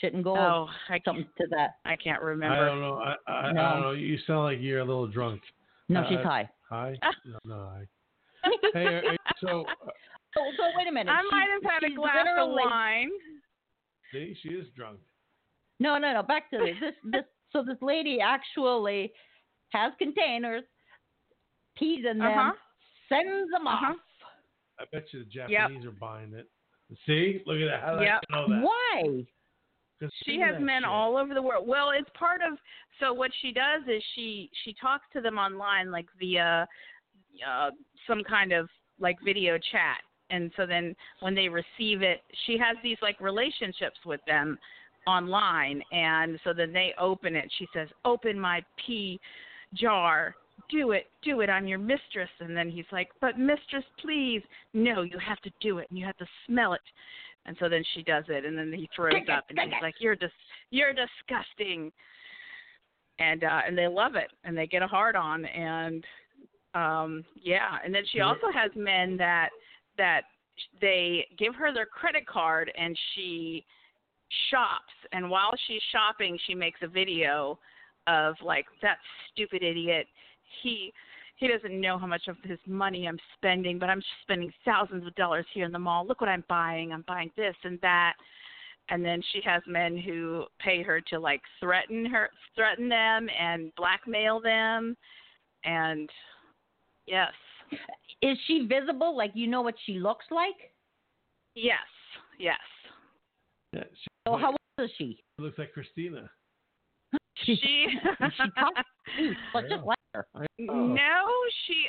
Speaker 4: shit and gold.
Speaker 5: Oh, I can't,
Speaker 4: Something to that.
Speaker 5: I can't
Speaker 3: I
Speaker 5: remember.
Speaker 3: don't know. I, I, I
Speaker 4: No.
Speaker 3: don't know. You sound like you're a little drunk.
Speaker 4: No,
Speaker 3: Uh,
Speaker 4: she's high.
Speaker 3: Hi.
Speaker 5: (laughs)
Speaker 3: No, no. Hi. Hey, are- are you- so uh,
Speaker 4: So, so wait a minute.
Speaker 5: I
Speaker 4: She-
Speaker 5: might have had a
Speaker 4: she's
Speaker 5: glass of
Speaker 4: literally-
Speaker 5: wine.
Speaker 3: see, she is drunk.
Speaker 4: No, no, no. Back to this.
Speaker 5: (laughs)
Speaker 4: this, this so this lady actually has containers, pees in them,
Speaker 5: Uh-huh.
Speaker 4: sends them
Speaker 5: Uh-huh.
Speaker 4: off.
Speaker 3: I bet you the Japanese are buying it. See, look at that. How did
Speaker 5: Yep.
Speaker 3: I know that?
Speaker 4: Why?
Speaker 3: 'Cause
Speaker 5: She
Speaker 3: look at
Speaker 5: has
Speaker 3: that
Speaker 5: men
Speaker 3: shit.
Speaker 5: all over the world. Well, it's part of so what she does is she she talks to them online like via uh some kind of like video chat. And so then when they receive it, she has these like relationships with them online and so then they open it. She says, "Open my pee jar." Do it, do it. I'm your mistress. And then he's like, But mistress, please. No, you have to do it and you have to smell it. And so then she does it, and then he throws
Speaker 4: Take it,
Speaker 5: up, and
Speaker 4: take
Speaker 5: he's
Speaker 4: it.
Speaker 5: like, "You're dis- you're disgusting." And uh, and they love it, and they get a hard on, and um, yeah. And then she
Speaker 3: Yeah.
Speaker 5: also has men that that they give her their credit card, and she shops, and while she's shopping, she makes a video of like that stupid idiot. He he doesn't know how much of his money I'm spending, but I'm spending thousands of dollars here in the mall. Look what I'm buying. I'm buying this and that. and then she has men who pay her to like threaten her threaten them and blackmail them and yes
Speaker 4: Is she visible? Like you know what she looks like?
Speaker 5: yes yes
Speaker 3: Yeah, she
Speaker 5: Oh,
Speaker 4: So how old is she?
Speaker 3: looks like Christina.
Speaker 4: She-
Speaker 5: she
Speaker 4: she talks
Speaker 5: (laughs)
Speaker 4: Dude, but just like her.
Speaker 5: no she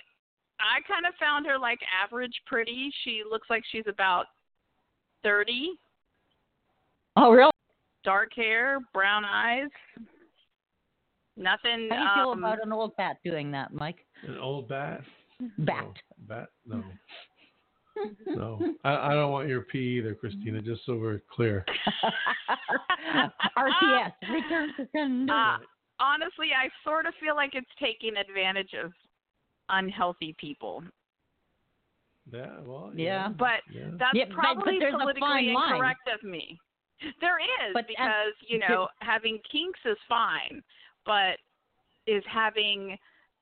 Speaker 5: i kind of found her like average pretty she looks like she's about 30
Speaker 4: Oh really?
Speaker 5: dark hair brown eyes nothing
Speaker 4: How do you feel
Speaker 5: um, (laughs)
Speaker 4: about an old bat doing
Speaker 3: (laughs)
Speaker 4: that, Mike?
Speaker 3: An old bat.
Speaker 4: Bat.
Speaker 3: No, bat.
Speaker 5: (laughs)
Speaker 3: No.
Speaker 4: (laughs)
Speaker 3: No. I, I don't want your pee either, Christina. Just so we're clear. (laughs)
Speaker 4: RTS. Return to sender.
Speaker 5: Uh, honestly, I sort of feel like it's taking advantage of unhealthy people,
Speaker 3: Yeah. Well.
Speaker 4: Yeah.
Speaker 5: but
Speaker 3: Yeah.
Speaker 5: that's
Speaker 4: Yeah, but- but
Speaker 5: probably
Speaker 4: there's a
Speaker 5: politically
Speaker 4: fine line.
Speaker 5: incorrect of me. There is
Speaker 4: But uh, as-
Speaker 5: because you know having kinks is fine, but is having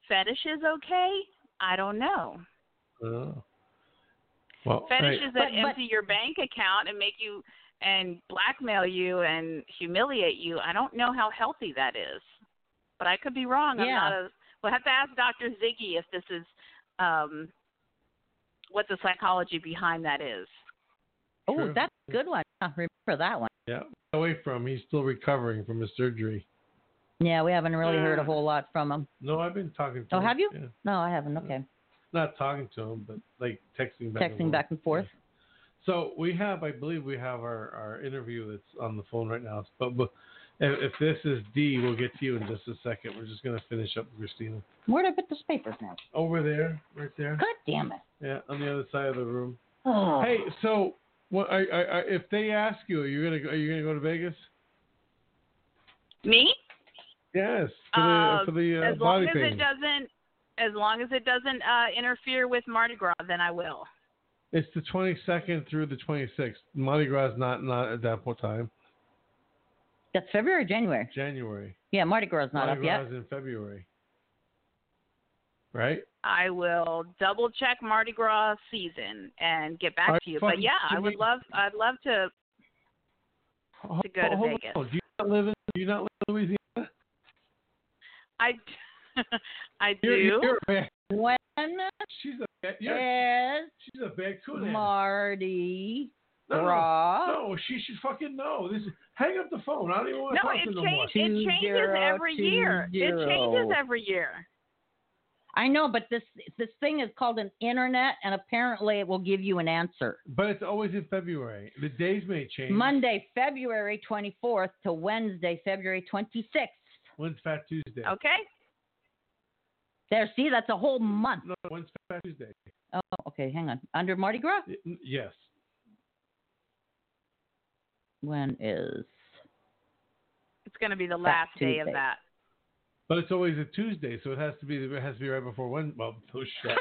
Speaker 5: fetishes okay? I don't know.
Speaker 3: Oh. Well. hey,
Speaker 5: Fetishes that
Speaker 4: But- but-
Speaker 5: empty your bank account and make you and blackmail you and humiliate you. I don't know how healthy that is, but I could be wrong. I'm
Speaker 4: Yeah.
Speaker 5: not a. We'll have to ask Dr. Ziggy if this is um, what the psychology behind that is.
Speaker 4: oh,
Speaker 3: true.
Speaker 4: that's a good one. Huh, remember that one.
Speaker 3: Yeah. Away from. He's still recovering from his surgery.
Speaker 4: Yeah, we haven't really heard a
Speaker 5: Mm.
Speaker 4: whole lot from him.
Speaker 3: No, I've been talking to
Speaker 4: Oh,
Speaker 3: him.
Speaker 4: have you?
Speaker 3: Yeah.
Speaker 4: No, I haven't. Okay.
Speaker 3: Not talking to him, but like texting back. and
Speaker 4: Texting
Speaker 3: forth.
Speaker 4: back and forth.
Speaker 3: So we have, I believe, we have our, our interview that's on the phone right now. But we- if, if this is D, we'll get to you in just a second. We're just gonna finish up, Christina.
Speaker 4: Where'd I put those papers
Speaker 3: (laughs)
Speaker 4: now?
Speaker 3: Over there, right there.
Speaker 4: God damn it.
Speaker 3: Yeah, on the other side of the room.
Speaker 4: Oh.
Speaker 3: Hey, so what? I, I, I, if they ask you, are you gonna go- are you gonna go to Vegas?
Speaker 5: Me?
Speaker 3: Yes, for the,
Speaker 5: Uh,
Speaker 3: for the uh,
Speaker 5: as long
Speaker 3: body
Speaker 5: as
Speaker 3: painting.
Speaker 5: it doesn't, as long as it doesn't uh, interfere with Mardi Gras, then I will.
Speaker 3: It's the 22nd through the 26th. Mardi Gras is not not at that point time.
Speaker 4: That's February or January?
Speaker 3: January.
Speaker 4: Yeah, Mardi Gras is not
Speaker 3: Mardi
Speaker 4: up
Speaker 3: Gras
Speaker 4: yet.
Speaker 3: is in February. Right?
Speaker 5: I will double check Mardi Gras season and get back
Speaker 3: Are
Speaker 5: to
Speaker 3: you
Speaker 5: you. But
Speaker 3: fucking
Speaker 5: yeah, I
Speaker 3: kidding
Speaker 5: would
Speaker 3: me?
Speaker 5: love, I'd love to. to go to
Speaker 3: Hold
Speaker 5: Vegas.
Speaker 3: on. Do you not live in? Do you not live in Louisiana?
Speaker 5: I, (laughs) I do.
Speaker 3: You're, you're a bad.
Speaker 4: When
Speaker 3: She's a bad.
Speaker 4: Eh,
Speaker 3: You're,
Speaker 4: is
Speaker 3: she's a bad coon.
Speaker 4: Mardi
Speaker 3: no, no,
Speaker 4: Gras?
Speaker 3: no, she should fucking know. This. Is, hang up the phone. I don't even want to
Speaker 5: no,
Speaker 3: talk
Speaker 5: it
Speaker 3: to no more.
Speaker 5: changes. It changes
Speaker 4: 2020.
Speaker 5: every year. It changes every year.
Speaker 4: I know, but this this thing is called an internet, and apparently it will give you an answer.
Speaker 3: But it's always in February. The days may change.
Speaker 4: Monday, February 24th to Wednesday, February 26th.
Speaker 3: When's Fat Tuesday?
Speaker 5: Okay.
Speaker 4: There, see, that's a whole month.
Speaker 3: No, when's Fat Tuesday?
Speaker 4: Oh, okay, hang on. Under Mardi Gras?
Speaker 3: Y- Yes.
Speaker 4: When is?
Speaker 5: It's going to be the last day of
Speaker 4: Tuesday.
Speaker 5: that.
Speaker 3: But it's always a Tuesday, so it has to be it has to be right before Wednesday. Well, no
Speaker 4: (laughs)
Speaker 3: shit.
Speaker 5: (laughs)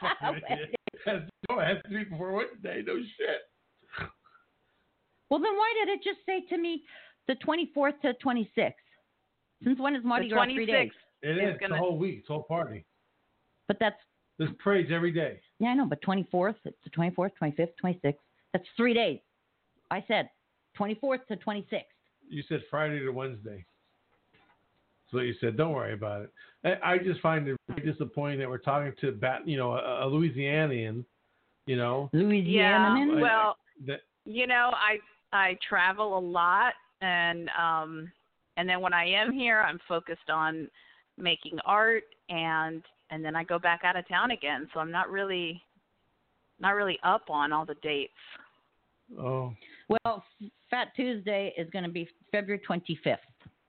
Speaker 3: Fuck, man. it has, no, it has to be before Wednesday. No shit.
Speaker 4: well, then why did it just say to me the 24th to 26th? Since when is Mardi
Speaker 5: the
Speaker 4: Gras three days?
Speaker 5: 26th.
Speaker 3: It
Speaker 5: It's
Speaker 3: is. It's
Speaker 5: gonna-
Speaker 3: a whole week. It's a whole party.
Speaker 4: But that's
Speaker 3: There's praise every day.
Speaker 4: Yeah, I know, but 24th, it's the 24th, 25th, 26th. That's three days. I said 24th to 26th.
Speaker 3: You said Friday to Wednesday. So you said, don't worry about it. I, I just find it really disappointing that we're talking to bat, you know, a, a Louisianian, you know,
Speaker 4: Louisiana.
Speaker 5: Yeah.
Speaker 3: man.
Speaker 5: Well,
Speaker 3: that
Speaker 5: you know, I I travel a lot, and um, and then when I am here, I'm focused on making art, and and then I go back out of town again. So I'm not really not really up on all the dates.
Speaker 3: oh,
Speaker 4: well, Fat Tuesday is going to be February 25th.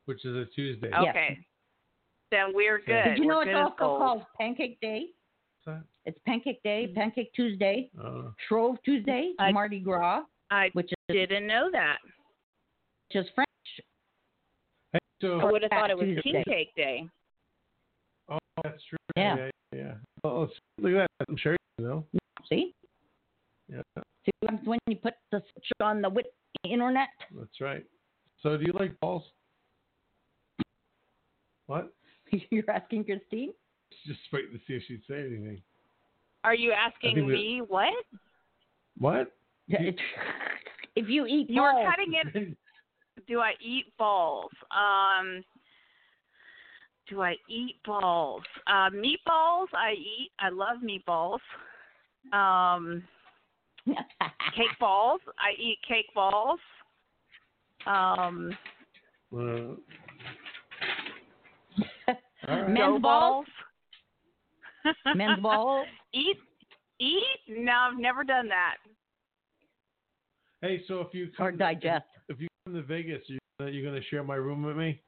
Speaker 3: which is a Tuesday.
Speaker 4: Yeah.
Speaker 5: Okay. Then we're good.
Speaker 3: Did
Speaker 4: Did you know
Speaker 5: We're
Speaker 4: it's
Speaker 5: good as
Speaker 4: also
Speaker 5: gold.
Speaker 4: called Pancake Day? It's Pancake Day, Pancake Tuesday,
Speaker 3: Uh,
Speaker 4: Shrove Tuesday,
Speaker 5: Mm. I-
Speaker 4: Mardi Gras,
Speaker 5: I
Speaker 4: which is
Speaker 5: didn't know that.
Speaker 4: which is French.
Speaker 3: hey, so
Speaker 5: I would have thought it was
Speaker 4: Tuesday.
Speaker 5: King Cake Day.
Speaker 3: oh, that's true.
Speaker 4: Yeah.
Speaker 3: yeah, yeah. yeah. Well, let's- look at that. I'm sure you know.
Speaker 4: See?
Speaker 3: Yeah,
Speaker 4: See what happens when you put the switch on the wit- internet? (laughs)
Speaker 3: that's right. So do you like balls? What? (laughs)
Speaker 4: You're asking Christine?
Speaker 3: Just waiting to see if she'd say anything.
Speaker 5: Are you
Speaker 3: I think
Speaker 5: asking
Speaker 3: we-
Speaker 5: me what?
Speaker 3: What?
Speaker 4: Yeah,
Speaker 3: You-
Speaker 4: it's- If you eat
Speaker 5: You were
Speaker 4: balls,
Speaker 5: cutting
Speaker 3: (laughs)
Speaker 5: it. Do I eat balls? Um, do I eat balls? Uh, meatballs. I eat. I love meatballs. Um,
Speaker 4: (laughs)
Speaker 5: cake balls. I eat cake balls. Um,
Speaker 3: Uh,
Speaker 5: dough
Speaker 4: men's balls, (laughs) men's balls.
Speaker 5: (laughs) eat. Eat? No, I've never done that.
Speaker 3: hey, so if you come,
Speaker 4: or digest.
Speaker 3: if you come to Vegas, you you're gonna share my room with
Speaker 4: (laughs)
Speaker 3: me?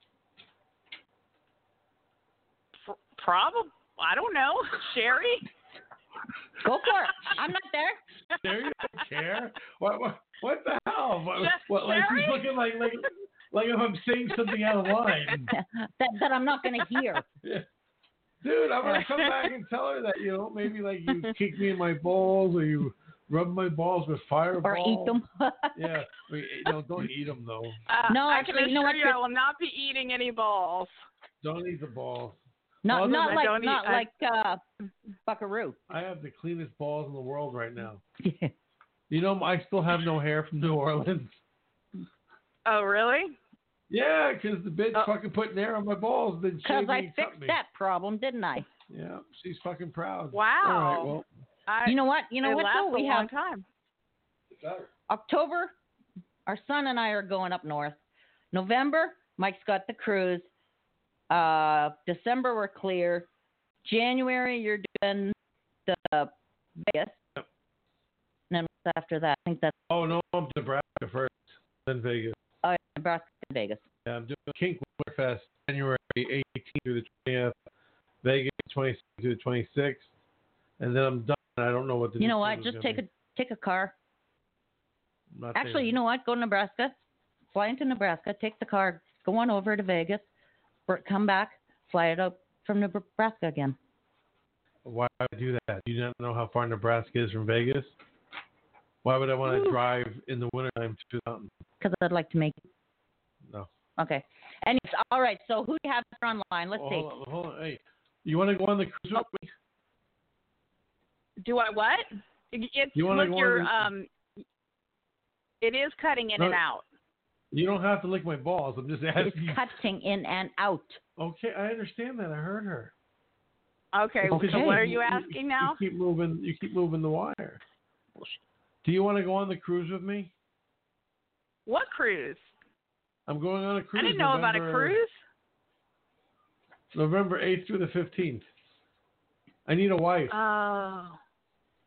Speaker 5: Probably. I don't know. (laughs) Sherry.
Speaker 4: Go for it. I'm not there. (laughs)
Speaker 3: There you don't care. What what, what the hell? What,
Speaker 5: Just
Speaker 3: what like she's
Speaker 5: Sherry?
Speaker 3: (laughs) looking like like like if I'm saying something out of line.
Speaker 4: that that I'm not going to hear.
Speaker 3: Dude, I'm gonna come back and tell her that you know maybe like
Speaker 4: (laughs)
Speaker 3: you kick me in my balls or you rub my balls with fireball
Speaker 4: or eat them. (laughs)
Speaker 3: Yeah, Wait, no, don't eat them though.
Speaker 5: Uh,
Speaker 4: No,
Speaker 5: I can
Speaker 4: actually, you know
Speaker 5: assure
Speaker 4: what,
Speaker 5: you,
Speaker 4: you're-
Speaker 5: I will not be eating any balls.
Speaker 3: Don't eat the balls.
Speaker 4: Not
Speaker 3: Well,
Speaker 4: not
Speaker 5: I
Speaker 4: like
Speaker 5: don't eat-
Speaker 4: not
Speaker 5: I-
Speaker 4: like uh,
Speaker 5: (laughs)
Speaker 4: Buckaroo.
Speaker 3: I have the cleanest balls in the world right now. You know, I still have no hair from New Orleans. (laughs)
Speaker 5: Oh, really?
Speaker 3: Yeah, 'cause the bitch
Speaker 5: Oh.
Speaker 3: fucking putting hair on my balls, then
Speaker 4: Because
Speaker 3: shaved me
Speaker 4: I
Speaker 3: and cut
Speaker 4: fixed
Speaker 3: me.
Speaker 4: that problem, didn't I?
Speaker 3: Yeah, she's fucking proud. All
Speaker 5: Wow.
Speaker 3: right, well,
Speaker 5: I,
Speaker 4: You know what? You know
Speaker 5: it
Speaker 4: what?
Speaker 5: lasts
Speaker 4: Though
Speaker 5: a
Speaker 4: we
Speaker 5: long
Speaker 4: have
Speaker 5: time.
Speaker 4: October. Our son and I are going up north. November, Mike's got the cruise. Uh, December, we're clear. January, you're doing the Vegas. And then what's after that? I think that's
Speaker 3: oh no, I'm to Nebraska first, then Vegas.
Speaker 4: oh, yeah, Nebraska and Vegas.
Speaker 3: Yeah, I'm doing Kink Winterfest January 18th through the 20th, Vegas 26th through the 26th, and then I'm done. I don't know what to do.
Speaker 4: You know what? Just take a take a car. Actually, you know what? Go to Nebraska, fly into Nebraska, take the car, go on over to Vegas, or come back, fly it up from Nebraska again.
Speaker 3: Why would I do that? Do you not know how far Nebraska is from Vegas? Why would I want to drive in the wintertime to the mountains?
Speaker 4: because I'd like to make.
Speaker 3: No.
Speaker 4: Okay. Anyways, all right. So who do you have here online? Let's
Speaker 3: Oh,
Speaker 4: see. (laughs)
Speaker 3: hold on, hold on. Hey, you want to go on the cruise with me?
Speaker 5: Do I what? It's
Speaker 3: You wanna
Speaker 5: look,
Speaker 3: go on
Speaker 5: you're,
Speaker 3: the-
Speaker 5: um, it is cutting in
Speaker 3: No.
Speaker 5: and out.
Speaker 3: You don't have to lick my balls. I'm just
Speaker 4: It's
Speaker 3: asking. you.
Speaker 4: cutting in and out.
Speaker 3: Okay, I understand that. I heard her.
Speaker 5: Okay,
Speaker 4: Okay.
Speaker 5: so what are you asking now?
Speaker 3: (laughs) You keep moving. You keep moving the wire. Do you want to go on the cruise with me?
Speaker 5: What cruise?
Speaker 3: I'm going on a
Speaker 5: I
Speaker 3: cruise.
Speaker 5: didn't know about a
Speaker 3: November-
Speaker 5: cruise.
Speaker 3: November 8th through the 15th. I need a wife.
Speaker 5: Oh.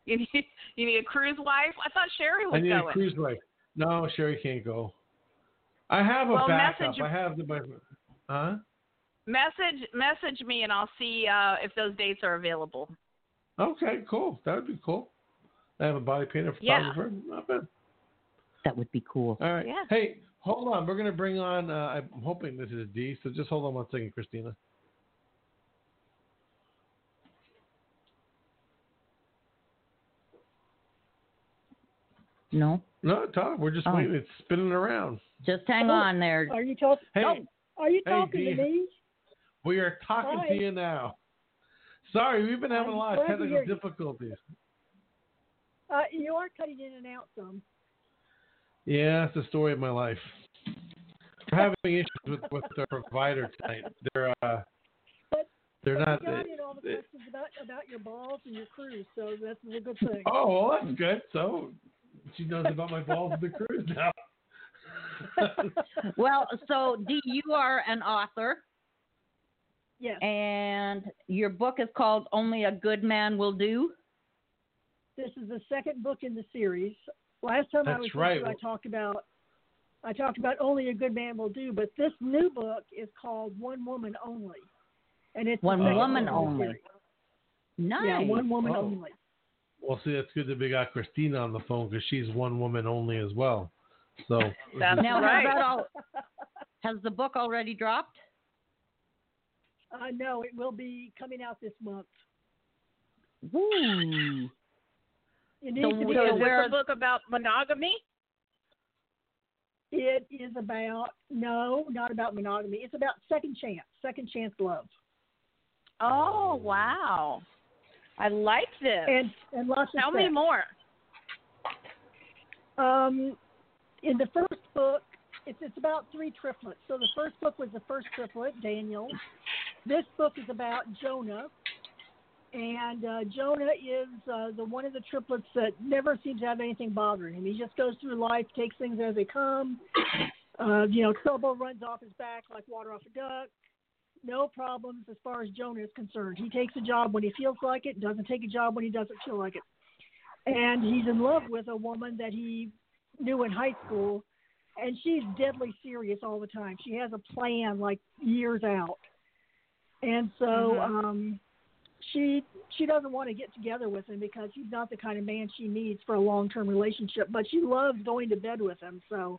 Speaker 5: You (laughs) need, you need a cruise wife? I thought Sherry was
Speaker 3: I need
Speaker 5: going.
Speaker 3: a cruise wife. No, Sherry can't go. I have a
Speaker 5: Well,
Speaker 3: backup.
Speaker 5: message-
Speaker 3: I have the my, huh?
Speaker 5: Message message me and I'll see uh, if those dates are available.
Speaker 3: Okay, cool. That would be cool. I have a body painter
Speaker 5: Yeah.
Speaker 3: photographer. Not bad.
Speaker 4: That would be cool.
Speaker 3: All right.
Speaker 5: Yeah.
Speaker 3: Hey, hold on. We're gonna bring on. Uh, I'm hoping this is D. So just hold on one second, Christina.
Speaker 4: No,
Speaker 3: No, Todd. We're just
Speaker 4: Oh.
Speaker 3: waiting. It's spinning around.
Speaker 4: just hang
Speaker 6: Oh,
Speaker 4: on there.
Speaker 6: Are you talking?
Speaker 3: Hey,
Speaker 6: are you
Speaker 3: hey,
Speaker 6: talking
Speaker 3: Dee.
Speaker 6: to me?
Speaker 3: we are talking
Speaker 6: Hi.
Speaker 3: to you now. Sorry, we've been having
Speaker 6: I'm
Speaker 3: a lot of
Speaker 6: glad to
Speaker 3: technical
Speaker 6: hear you.
Speaker 3: difficulties.
Speaker 6: Uh, you are cutting in and out some.
Speaker 3: Yeah, it's the story of my life. We're having issues with, with our provider tonight. They're uh,
Speaker 6: But-
Speaker 3: they're
Speaker 6: But
Speaker 3: not.
Speaker 6: you got in all the
Speaker 3: it-
Speaker 6: questions about about your balls and your cruise, so that's a good thing.
Speaker 3: Oh, well, that's good. So she knows about my balls in the cruise now. (laughs)
Speaker 4: Well, so D, you are an author,
Speaker 6: (laughs) yes,
Speaker 4: and your book is called "Only a Good Man Will Do."
Speaker 6: this is the second book in the series. Last time I
Speaker 3: That's
Speaker 6: was with
Speaker 3: right.
Speaker 6: you, I talked about I talked about only a good man will do, but this new book is called One Woman Only, and it's the
Speaker 4: One
Speaker 6: second
Speaker 3: Woman
Speaker 6: book in the
Speaker 4: Only.
Speaker 6: series.
Speaker 4: Nice.
Speaker 6: Yeah, One Woman
Speaker 3: Oh.
Speaker 6: Only.
Speaker 3: well, see, that's good that we got Christina on the phone because she's one woman only as well.
Speaker 6: (laughs)
Speaker 3: So uh,
Speaker 5: That's
Speaker 4: now,
Speaker 5: right.
Speaker 4: has, that all, has the book already dropped?
Speaker 6: Uh, no, it will be coming out this month.
Speaker 4: Woo!
Speaker 6: It needs to be
Speaker 4: So
Speaker 5: Is this
Speaker 4: where-
Speaker 5: a book about monogamy?
Speaker 6: It is about no, not about monogamy. It's about second chance, second chance love,
Speaker 5: Oh wow, I like this.
Speaker 6: and and lots of
Speaker 5: Tell me
Speaker 6: sex.
Speaker 5: more.
Speaker 6: Um, in the first book, it's, it's about three triplets. So the first book was the first triplet, Daniel. This book is about Jonah. And uh, Jonah is uh, the one of the triplets that never seems to have anything bothering him. He just goes through life, takes things as they come. Uh, you know, trouble runs off his back like water off a duck. No problems as far as Jonah is concerned. He takes a job when he feels like it, doesn't take a job when he doesn't feel like it. And he's in love with a woman that he knew in high school, and she's deadly serious all the time. She has a plan like years out, and so um, she she doesn't want to get together with him because he's not the kind of man she needs for a long term relationship. But she loves going to bed with him, so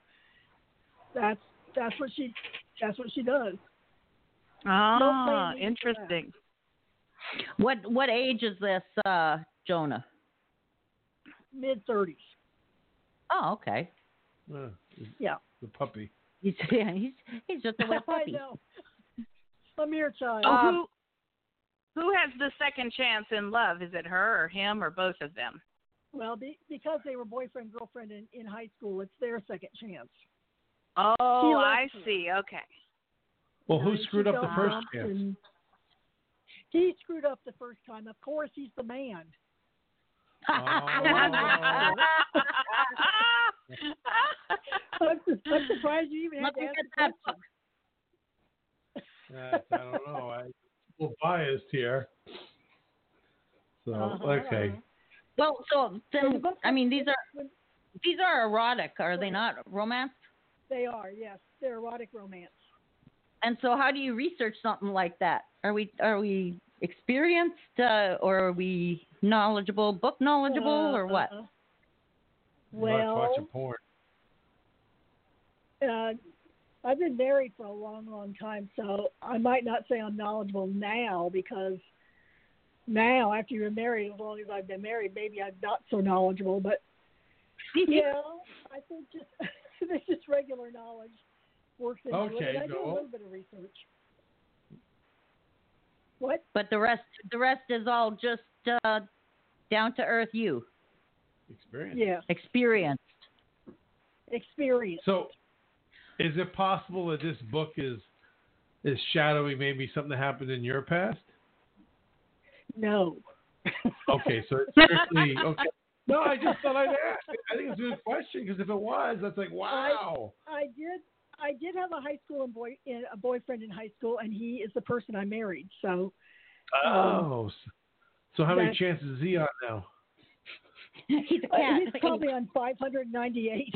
Speaker 6: that's that's what she that's what she does.
Speaker 5: Ah,
Speaker 6: plan needed for that.
Speaker 5: interesting.
Speaker 4: What what age is this, uh, Jonah?
Speaker 6: Mid thirties.
Speaker 4: Oh, okay.
Speaker 3: Uh, the-
Speaker 6: Yeah.
Speaker 3: The puppy.
Speaker 4: He's (laughs) yeah, he's he's just a wet
Speaker 6: (laughs)
Speaker 4: (laughs)
Speaker 6: I
Speaker 4: puppy.
Speaker 6: know. A mere child.
Speaker 5: Oh,
Speaker 4: Um,
Speaker 5: who who has the second chance in love? Is it her or him or both of them?
Speaker 6: Well, be, because they were boyfriend girlfriend in, in high school, it's their second chance.
Speaker 5: Oh, I
Speaker 6: likes her.
Speaker 5: see. Okay.
Speaker 3: Well, who
Speaker 6: And she
Speaker 3: screwed up the
Speaker 6: goes
Speaker 3: first
Speaker 6: off
Speaker 3: chance?
Speaker 6: and- He screwed up the first time. Of course, he's the man. (laughs)
Speaker 3: Oh.
Speaker 6: I'm, su- I'm surprised you even had
Speaker 4: Let
Speaker 6: to
Speaker 4: me
Speaker 6: ask
Speaker 4: get
Speaker 6: the
Speaker 4: that book.
Speaker 6: question.
Speaker 3: Uh, (laughs) I don't know. I, am a little biased here. So
Speaker 6: Uh-huh.
Speaker 3: Oh, okay.
Speaker 4: Well, so
Speaker 6: So the
Speaker 4: then
Speaker 6: book-
Speaker 4: I mean these are these are erotic, are they not romance?
Speaker 6: They are, yes. They're erotic romance.
Speaker 4: And so how do you research something like that? Are we are we experienced uh, or are we knowledgeable, book knowledgeable or what?
Speaker 6: Uh,
Speaker 3: Not
Speaker 6: well,
Speaker 3: watching porn.
Speaker 6: uh, I've been married for a long, long time, so I might not say I'm knowledgeable now because now, after you're married, as long as I've been married, maybe I'm not so knowledgeable. But yeah, I think just (laughs) there's just regular knowledge works. into it,
Speaker 3: Okay,
Speaker 6: and I do a
Speaker 3: Joel.
Speaker 6: little bit of research. What?
Speaker 4: But the rest the rest is all just uh, down to earth you.
Speaker 3: Experience.
Speaker 6: Yeah,
Speaker 4: Experienced. (laughs)
Speaker 6: experience.
Speaker 3: So, is it possible that this book is is shadowing maybe something that happened in your past?
Speaker 6: No.
Speaker 3: Okay, so it's strictly okay. No, I just thought I'd ask. I think it's a good question because if it was, that's like wow.
Speaker 6: I did. I did have a high school and boy and a boyfriend in high school, and he is the person I married. So
Speaker 3: Oh, s- so how many
Speaker 6: That's-
Speaker 3: chances is he on now?
Speaker 4: he's a
Speaker 6: uh,
Speaker 4: cat. (laughs)
Speaker 6: he's probably on 598.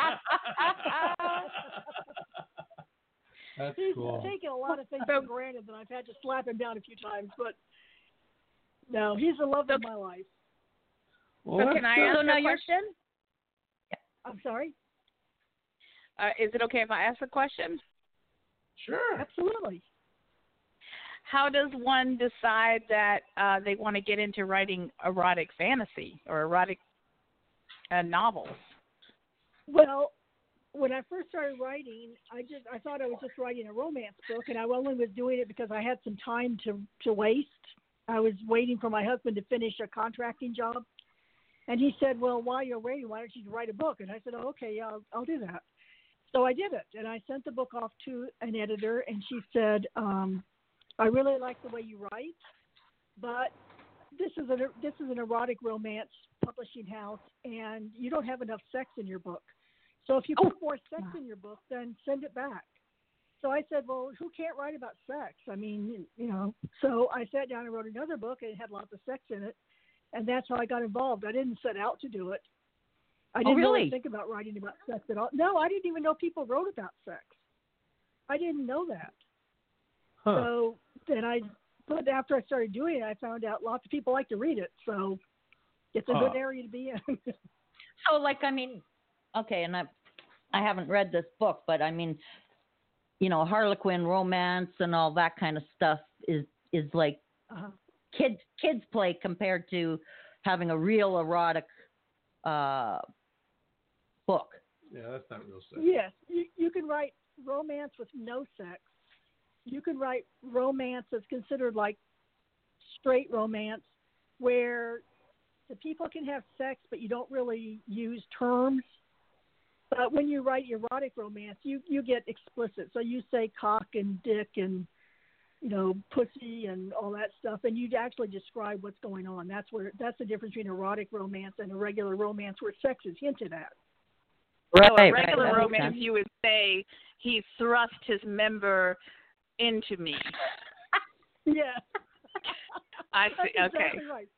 Speaker 3: (laughs)
Speaker 6: (laughs)
Speaker 3: That's
Speaker 6: he's
Speaker 3: cool.
Speaker 6: taken a lot of things for granted that I've had to slap him down a few times, but no, he's the love of my life.
Speaker 3: Well,
Speaker 5: (laughs) So can I
Speaker 4: So
Speaker 5: ask
Speaker 4: now
Speaker 5: a
Speaker 4: you're-
Speaker 5: question?
Speaker 6: I'm sorry.
Speaker 5: Uh, is it okay if I ask a question?
Speaker 3: sure.
Speaker 6: Absolutely.
Speaker 5: How does one decide that uh, they want to get into writing erotic fantasy or erotic uh, novels?
Speaker 6: Well, when I first started writing, I just I thought I was just writing a romance book, and I only was doing it because I had some time to to waste. I was waiting for my husband to finish a contracting job, and he said, "Well, while you're waiting, why don't you write a book?" And I said, oh, "Okay, yeah, I'll, I'll do that." So I did it, and I sent the book off to an editor, and she said, um, "I really like the way you write, but this is an this is an erotic romance publishing house, and you don't have enough sex in your book. So if you put more sex in your book, then send it back." So I said, "Well, who can't write about sex? I mean, you know." So I sat down and wrote another book, and it had lots of sex in it, and that's how I got involved. I didn't set out to do it. I didn't
Speaker 4: really?
Speaker 6: really think about writing about sex at all. No, I didn't even know people wrote about sex. I didn't know that.
Speaker 3: Huh.
Speaker 6: So then I, but after I started doing it, I found out lots of people like to read it. So it's a
Speaker 3: Huh.
Speaker 6: good area to be in. (laughs)
Speaker 4: So, like, I mean, okay, and I, I haven't read this book, but I mean, you know, Harlequin romance and all that kind of stuff is is like
Speaker 6: uh,
Speaker 4: kids kids play compared to having a real erotic uh, book.
Speaker 3: Yeah, that's not real sex.
Speaker 6: yes, you, you can write romance with no sex. You can write romance that's considered like straight romance, where the people can have sex, but you don't really use terms. But when you write erotic romance, you you get explicit. So you say cock and dick and you know pussy and all that stuff, and you actually describe what's going on. That's where that's the difference between erotic romance and a regular romance where sex is hinted at.
Speaker 4: Right,
Speaker 5: so a
Speaker 4: right,
Speaker 5: regular
Speaker 4: that makes
Speaker 5: romance,
Speaker 4: sense.
Speaker 5: you would say he thrust his member into me.
Speaker 6: Yeah.
Speaker 5: I
Speaker 6: That's
Speaker 5: see. Okay.
Speaker 6: exactly right.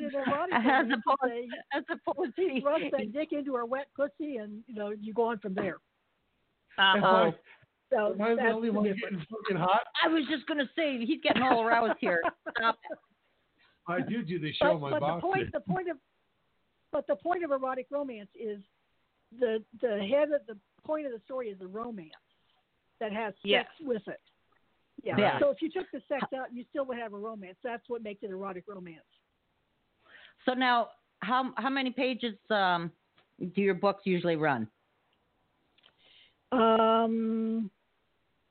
Speaker 5: (laughs)
Speaker 6: in erotic
Speaker 4: As
Speaker 6: romance, you
Speaker 4: opposed,
Speaker 6: say
Speaker 4: as opposed
Speaker 6: he thrusts that
Speaker 4: to
Speaker 6: dick into her wet pussy, and you know you go on from there.
Speaker 3: Am
Speaker 5: Uh-huh.
Speaker 3: I,
Speaker 4: oh.
Speaker 6: So
Speaker 3: am I the
Speaker 6: that's
Speaker 3: only
Speaker 6: the
Speaker 3: one
Speaker 6: difference.
Speaker 3: getting fucking hot?
Speaker 4: I was just gonna say he's getting all aroused here. Stop it.
Speaker 3: I do do the show.
Speaker 6: but,
Speaker 3: my
Speaker 6: but
Speaker 3: boss
Speaker 6: the point,
Speaker 3: did.
Speaker 6: the point of, but the point of erotic romance is the the head of the point of the story is the romance that has sex
Speaker 5: Yes.
Speaker 6: with it. Yeah.
Speaker 4: Yeah.
Speaker 6: So if you took the sex out, you still would have a romance. That's what makes it erotic romance.
Speaker 4: So now, how how many pages um, do your books usually run?
Speaker 6: Um,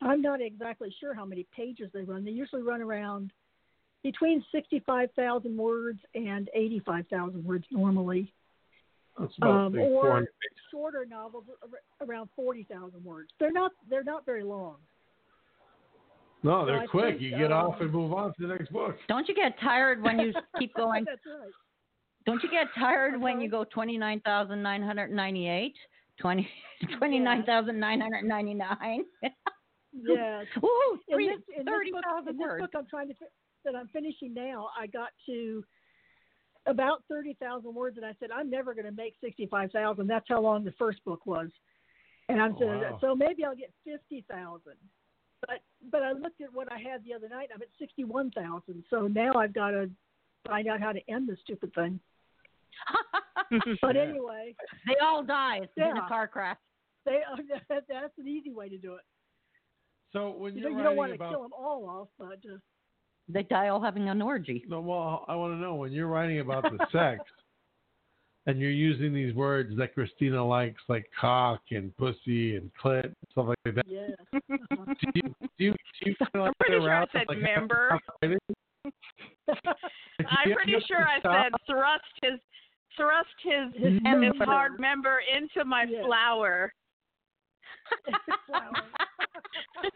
Speaker 6: I'm not exactly sure how many pages they run. They usually run around between sixty-five thousand words and eighty-five thousand words normally.
Speaker 3: It's about
Speaker 6: um,
Speaker 3: like
Speaker 6: or-
Speaker 3: 400
Speaker 6: Shorter novels ar- around forty thousand words. They're not they're not very long.
Speaker 3: No,
Speaker 6: So
Speaker 3: they're
Speaker 6: I
Speaker 3: quick. you
Speaker 6: think,
Speaker 3: get
Speaker 6: um,
Speaker 3: off and move on to the next book.
Speaker 4: Don't you get tired when
Speaker 6: (laughs)
Speaker 4: you keep going?
Speaker 6: That's right.
Speaker 4: Don't you get tired when
Speaker 6: Okay.
Speaker 4: you go twenty nine thousand nine hundred ninety eight? 20,
Speaker 6: (laughs)
Speaker 4: (laughs) 29,999.
Speaker 6: Yeah.
Speaker 4: Woo,
Speaker 6: In this, in this, book, in
Speaker 4: 30,000
Speaker 6: this
Speaker 4: words.
Speaker 6: book I'm trying to fi- that I'm finishing now, I got to about thirty thousand words, and I said I'm never going to make sixty-five thousand. That's how long the first book was, and I
Speaker 3: Oh,
Speaker 6: said
Speaker 3: wow.
Speaker 6: so maybe I'll get fifty thousand. But but I looked at what I had the other night, and I'm at sixty-one thousand. So now I've got to find out how to end this stupid thing.
Speaker 5: (laughs)
Speaker 6: But
Speaker 3: Yeah.
Speaker 6: anyway,
Speaker 4: (laughs) they all die in a
Speaker 6: Yeah.
Speaker 4: car crash.
Speaker 6: they (laughs) that's an easy way to do it.
Speaker 3: So when
Speaker 6: You,
Speaker 3: you're
Speaker 6: don't, you don't want
Speaker 3: writing
Speaker 6: to
Speaker 3: about
Speaker 6: kill them all off, but uh,
Speaker 4: They die all having an
Speaker 6: (laughs)
Speaker 4: orgy.
Speaker 3: (laughs) No, well, I want to know when you're writing about the sex and you're using these words that Christina likes, like cock and pussy and clit and stuff like that. (laughs)
Speaker 6: yeah. (laughs)
Speaker 3: Do you, do you, do you feel like
Speaker 5: pretty
Speaker 3: they're
Speaker 5: sure I
Speaker 3: aroused,
Speaker 5: said
Speaker 3: like,
Speaker 5: member.
Speaker 3: (laughs) Like,
Speaker 5: I'm
Speaker 3: you-
Speaker 5: pretty
Speaker 3: you-
Speaker 5: sure I said thrust his thrust his
Speaker 6: His
Speaker 5: his
Speaker 6: member.
Speaker 5: hard member into my
Speaker 6: Yes.
Speaker 5: flower.
Speaker 6: Flower.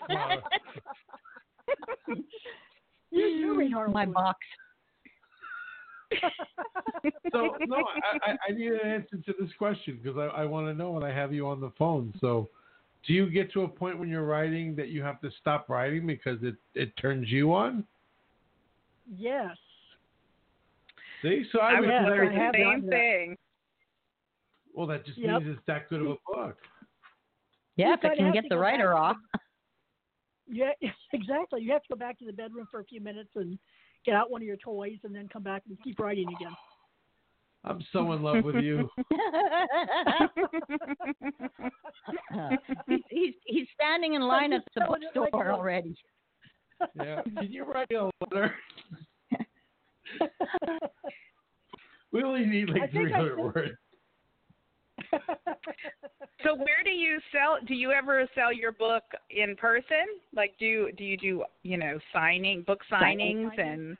Speaker 3: Wow.
Speaker 6: You're, you're reading
Speaker 4: (laughs)
Speaker 6: horrible.
Speaker 4: My box.
Speaker 6: (laughs)
Speaker 3: So no, I, I, I need an answer to this question because I, I want to know when I have you on the phone. So, do you get to a point when you're writing that you have to stop writing because it it turns you on?
Speaker 6: Yes.
Speaker 3: See, so
Speaker 5: I
Speaker 3: I,
Speaker 5: was
Speaker 3: would
Speaker 6: Yeah,
Speaker 5: doing
Speaker 6: Oh, I
Speaker 5: the
Speaker 6: have
Speaker 5: same
Speaker 6: gotten that.
Speaker 5: thing.
Speaker 3: well, that just
Speaker 6: Yep.
Speaker 3: means it's that good of a book.
Speaker 4: Yeah,
Speaker 6: You
Speaker 4: if it
Speaker 6: kinda
Speaker 4: can
Speaker 6: have
Speaker 4: get
Speaker 6: to
Speaker 4: the
Speaker 6: go
Speaker 4: writer
Speaker 6: back.
Speaker 4: off.
Speaker 6: Yeah, (laughs) exactly. You have to go back to the bedroom for a few minutes and get out one of your toys and then come back and keep writing again.
Speaker 3: I'm so in love with
Speaker 6: (laughs)
Speaker 3: you.
Speaker 4: (laughs) he's, he's he's standing in line at the
Speaker 6: Someone just like
Speaker 4: bookstore
Speaker 6: a-
Speaker 4: already.
Speaker 3: Yeah. Can you write me a
Speaker 6: (laughs)
Speaker 3: letter? We only need
Speaker 6: I
Speaker 3: like
Speaker 6: think I
Speaker 3: 300
Speaker 6: sent-
Speaker 3: words.
Speaker 5: So where do you sell? Do you ever sell your book in person? Like do do you do you know signing book
Speaker 4: Signing.
Speaker 5: signings and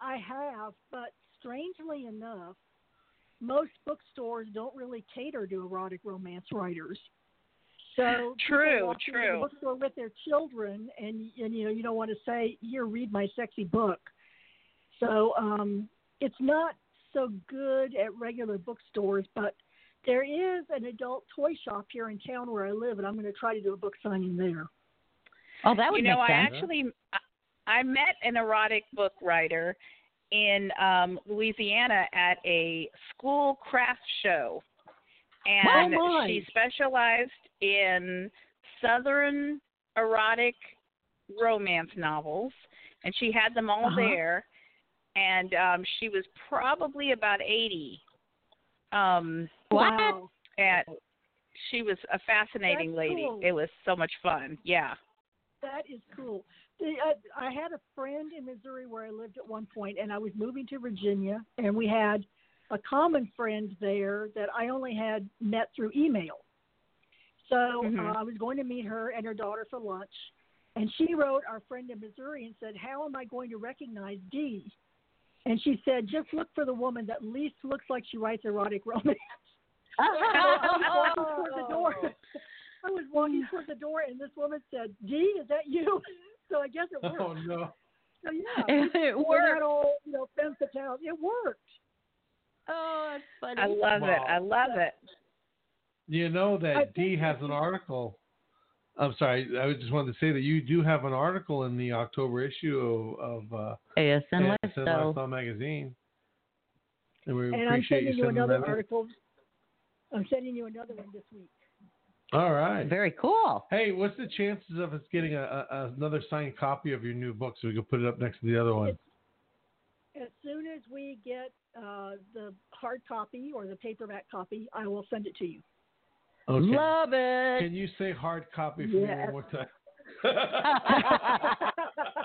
Speaker 6: I have, but strangely enough, most bookstores don't really cater to erotic romance writers. So people
Speaker 5: (laughs) True,
Speaker 6: walk into
Speaker 5: true.
Speaker 6: The bookstore with their children, and and you know you don't want to say here read my sexy book. So um, it's not so good at regular bookstores, but there is an adult toy shop here in town where I live, and I'm going to try to do a book signing there.
Speaker 4: Oh, that would
Speaker 5: you know
Speaker 4: make
Speaker 5: I
Speaker 4: sense.
Speaker 5: actually I I met an erotic book writer in um, Louisiana at a school craft show, and
Speaker 6: Oh, my.
Speaker 5: she specialized in southern erotic romance novels, and she had them all
Speaker 6: Uh-huh.
Speaker 5: there, and um, she was probably about eighty. Um,
Speaker 4: What?
Speaker 6: Wow.
Speaker 5: and she was a fascinating
Speaker 6: That's
Speaker 5: lady.
Speaker 6: cool.
Speaker 5: It was so much fun. Yeah.
Speaker 6: That is cool. The, uh, I, I had a friend in Missouri where I lived at one point, and I was moving to Virginia, and we had a common friend there that I only had met through email. So
Speaker 5: Mhm.
Speaker 6: uh, I was going to meet her and her daughter for lunch, and she wrote our friend in Missouri and said, "How am I going to recognize D?" And she said, "Just look for the woman that least looks like she writes erotic (laughs) romance." I was walking toward the door. I was walking toward the door, and this woman said, "Dee, is that you?" (laughs) So I guess it worked.
Speaker 3: Oh no.
Speaker 6: So yeah,
Speaker 4: (laughs)
Speaker 6: (laughs)
Speaker 4: it
Speaker 6: we're
Speaker 4: worked.
Speaker 6: not all you know fenced it out. It worked.
Speaker 4: Oh, it's funny.
Speaker 5: I love it. I love it.
Speaker 3: You know
Speaker 6: I
Speaker 3: that D
Speaker 6: think-
Speaker 3: has an article. I'm sorry. I just wanted to say that you do have an article in the October issue of, of uh,
Speaker 4: ASN
Speaker 3: ASN
Speaker 4: lifestyle.
Speaker 3: Lifestyle magazine. And we
Speaker 6: and I'm
Speaker 3: appreciate
Speaker 6: sending
Speaker 3: you
Speaker 6: you
Speaker 3: sending
Speaker 6: another
Speaker 3: that. in.
Speaker 6: article. I'm sending you another one this week.
Speaker 3: All right.
Speaker 4: Very cool.
Speaker 3: Hey, what's the chances of us getting a, a, a- another signed copy of your new book so we can put it up next to the other one?
Speaker 6: As soon as we get uh, the hard copy or the paperback copy, I will send it to you. (laughs)
Speaker 3: Okay.
Speaker 4: Love it.
Speaker 3: Can you say hard copy for me
Speaker 6: Yes.
Speaker 3: one more time? (laughs)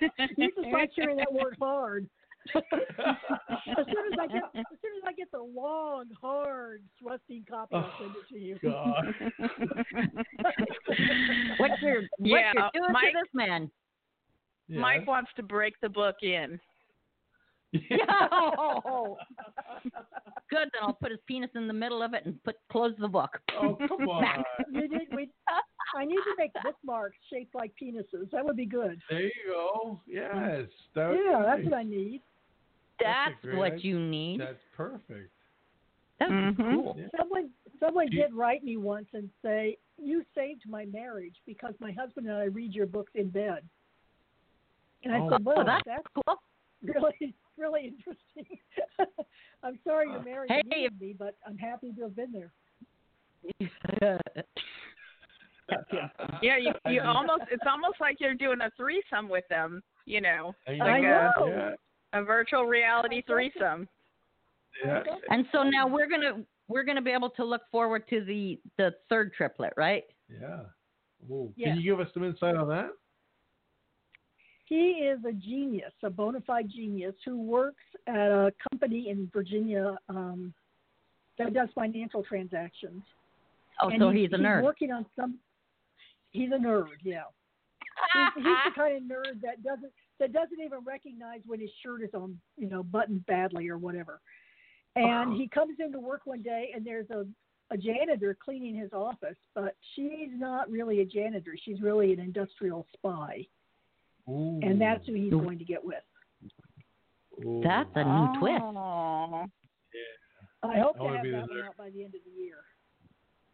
Speaker 6: you just like hearing that word hard. (laughs) As soon as I get, as soon as I get the long, hard, thrusting copy, I'll send it to you.
Speaker 3: Oh, God.
Speaker 4: (laughs) What
Speaker 3: (laughs)
Speaker 4: you're, what
Speaker 5: Yeah,
Speaker 4: you're doing
Speaker 5: Mike-
Speaker 4: to this man. (laughs)
Speaker 3: Yeah.
Speaker 5: Mike wants to break the book in.
Speaker 3: (laughs)
Speaker 4: (laughs)
Speaker 6: Oh. (laughs)
Speaker 4: Yo. Good, then I'll put his penis in the middle of it and put close the book.
Speaker 6: (laughs)
Speaker 3: Oh, come on.
Speaker 6: We need, we, I need to make bookmarks shaped like penises. That would be good.
Speaker 3: There you go. Yes. That would
Speaker 6: Yeah,
Speaker 3: be
Speaker 6: that's
Speaker 3: great.
Speaker 6: what I need.
Speaker 4: (laughs) That's,
Speaker 3: That's a great
Speaker 4: what
Speaker 3: idea. Mm-hmm.
Speaker 4: you need.
Speaker 3: That's perfect.
Speaker 4: That's
Speaker 5: Mhm.
Speaker 4: cool. (laughs)
Speaker 3: Yeah.
Speaker 6: Someone someone
Speaker 3: Do you-
Speaker 6: did write me once and say, "You saved my marriage because my husband and I read your books in bed." And I
Speaker 3: Oh,
Speaker 6: said,
Speaker 4: Oh,
Speaker 6: "Well,
Speaker 4: that's
Speaker 6: that's
Speaker 4: cool.
Speaker 6: really really interesting." (laughs) I'm sorry you're married
Speaker 4: Hey,
Speaker 6: to me, Andy, but I'm happy to have been there.
Speaker 5: Yeah, you, you almost it's almost like you're doing a threesome with them, you know,
Speaker 3: And
Speaker 5: Like
Speaker 6: I
Speaker 5: a-
Speaker 6: know.
Speaker 3: yeah,
Speaker 5: a virtual reality threesome.
Speaker 3: yeah.
Speaker 4: and so now we're gonna we're gonna be able to look forward to the the third triplet, right?
Speaker 3: yeah. Ooh,
Speaker 6: Yeah.
Speaker 3: Can you give us some insight on that?
Speaker 6: He is a genius, a bona fide genius who works at a company in Virginia um, that does financial transactions.
Speaker 4: Oh,
Speaker 6: And
Speaker 4: so he's a nerd.
Speaker 6: working on some. He's a nerd. Yeah. He's, he's the kind of nerd that doesn't that doesn't even recognize when his shirt is on, you know, buttoned badly or whatever. And he comes into work one day, and there's a a janitor cleaning his office, but she's not really a janitor. She's really an industrial spy,
Speaker 3: Ooh.
Speaker 4: Hmm.
Speaker 6: and that's who he's
Speaker 4: Ooh.
Speaker 6: going to get with.
Speaker 3: Ooh.
Speaker 4: That's a new twist.
Speaker 5: Oh.
Speaker 6: I hope
Speaker 3: I
Speaker 6: to
Speaker 3: wanna
Speaker 6: have
Speaker 3: be the
Speaker 6: that one
Speaker 3: nerd.
Speaker 6: out by the end of the year.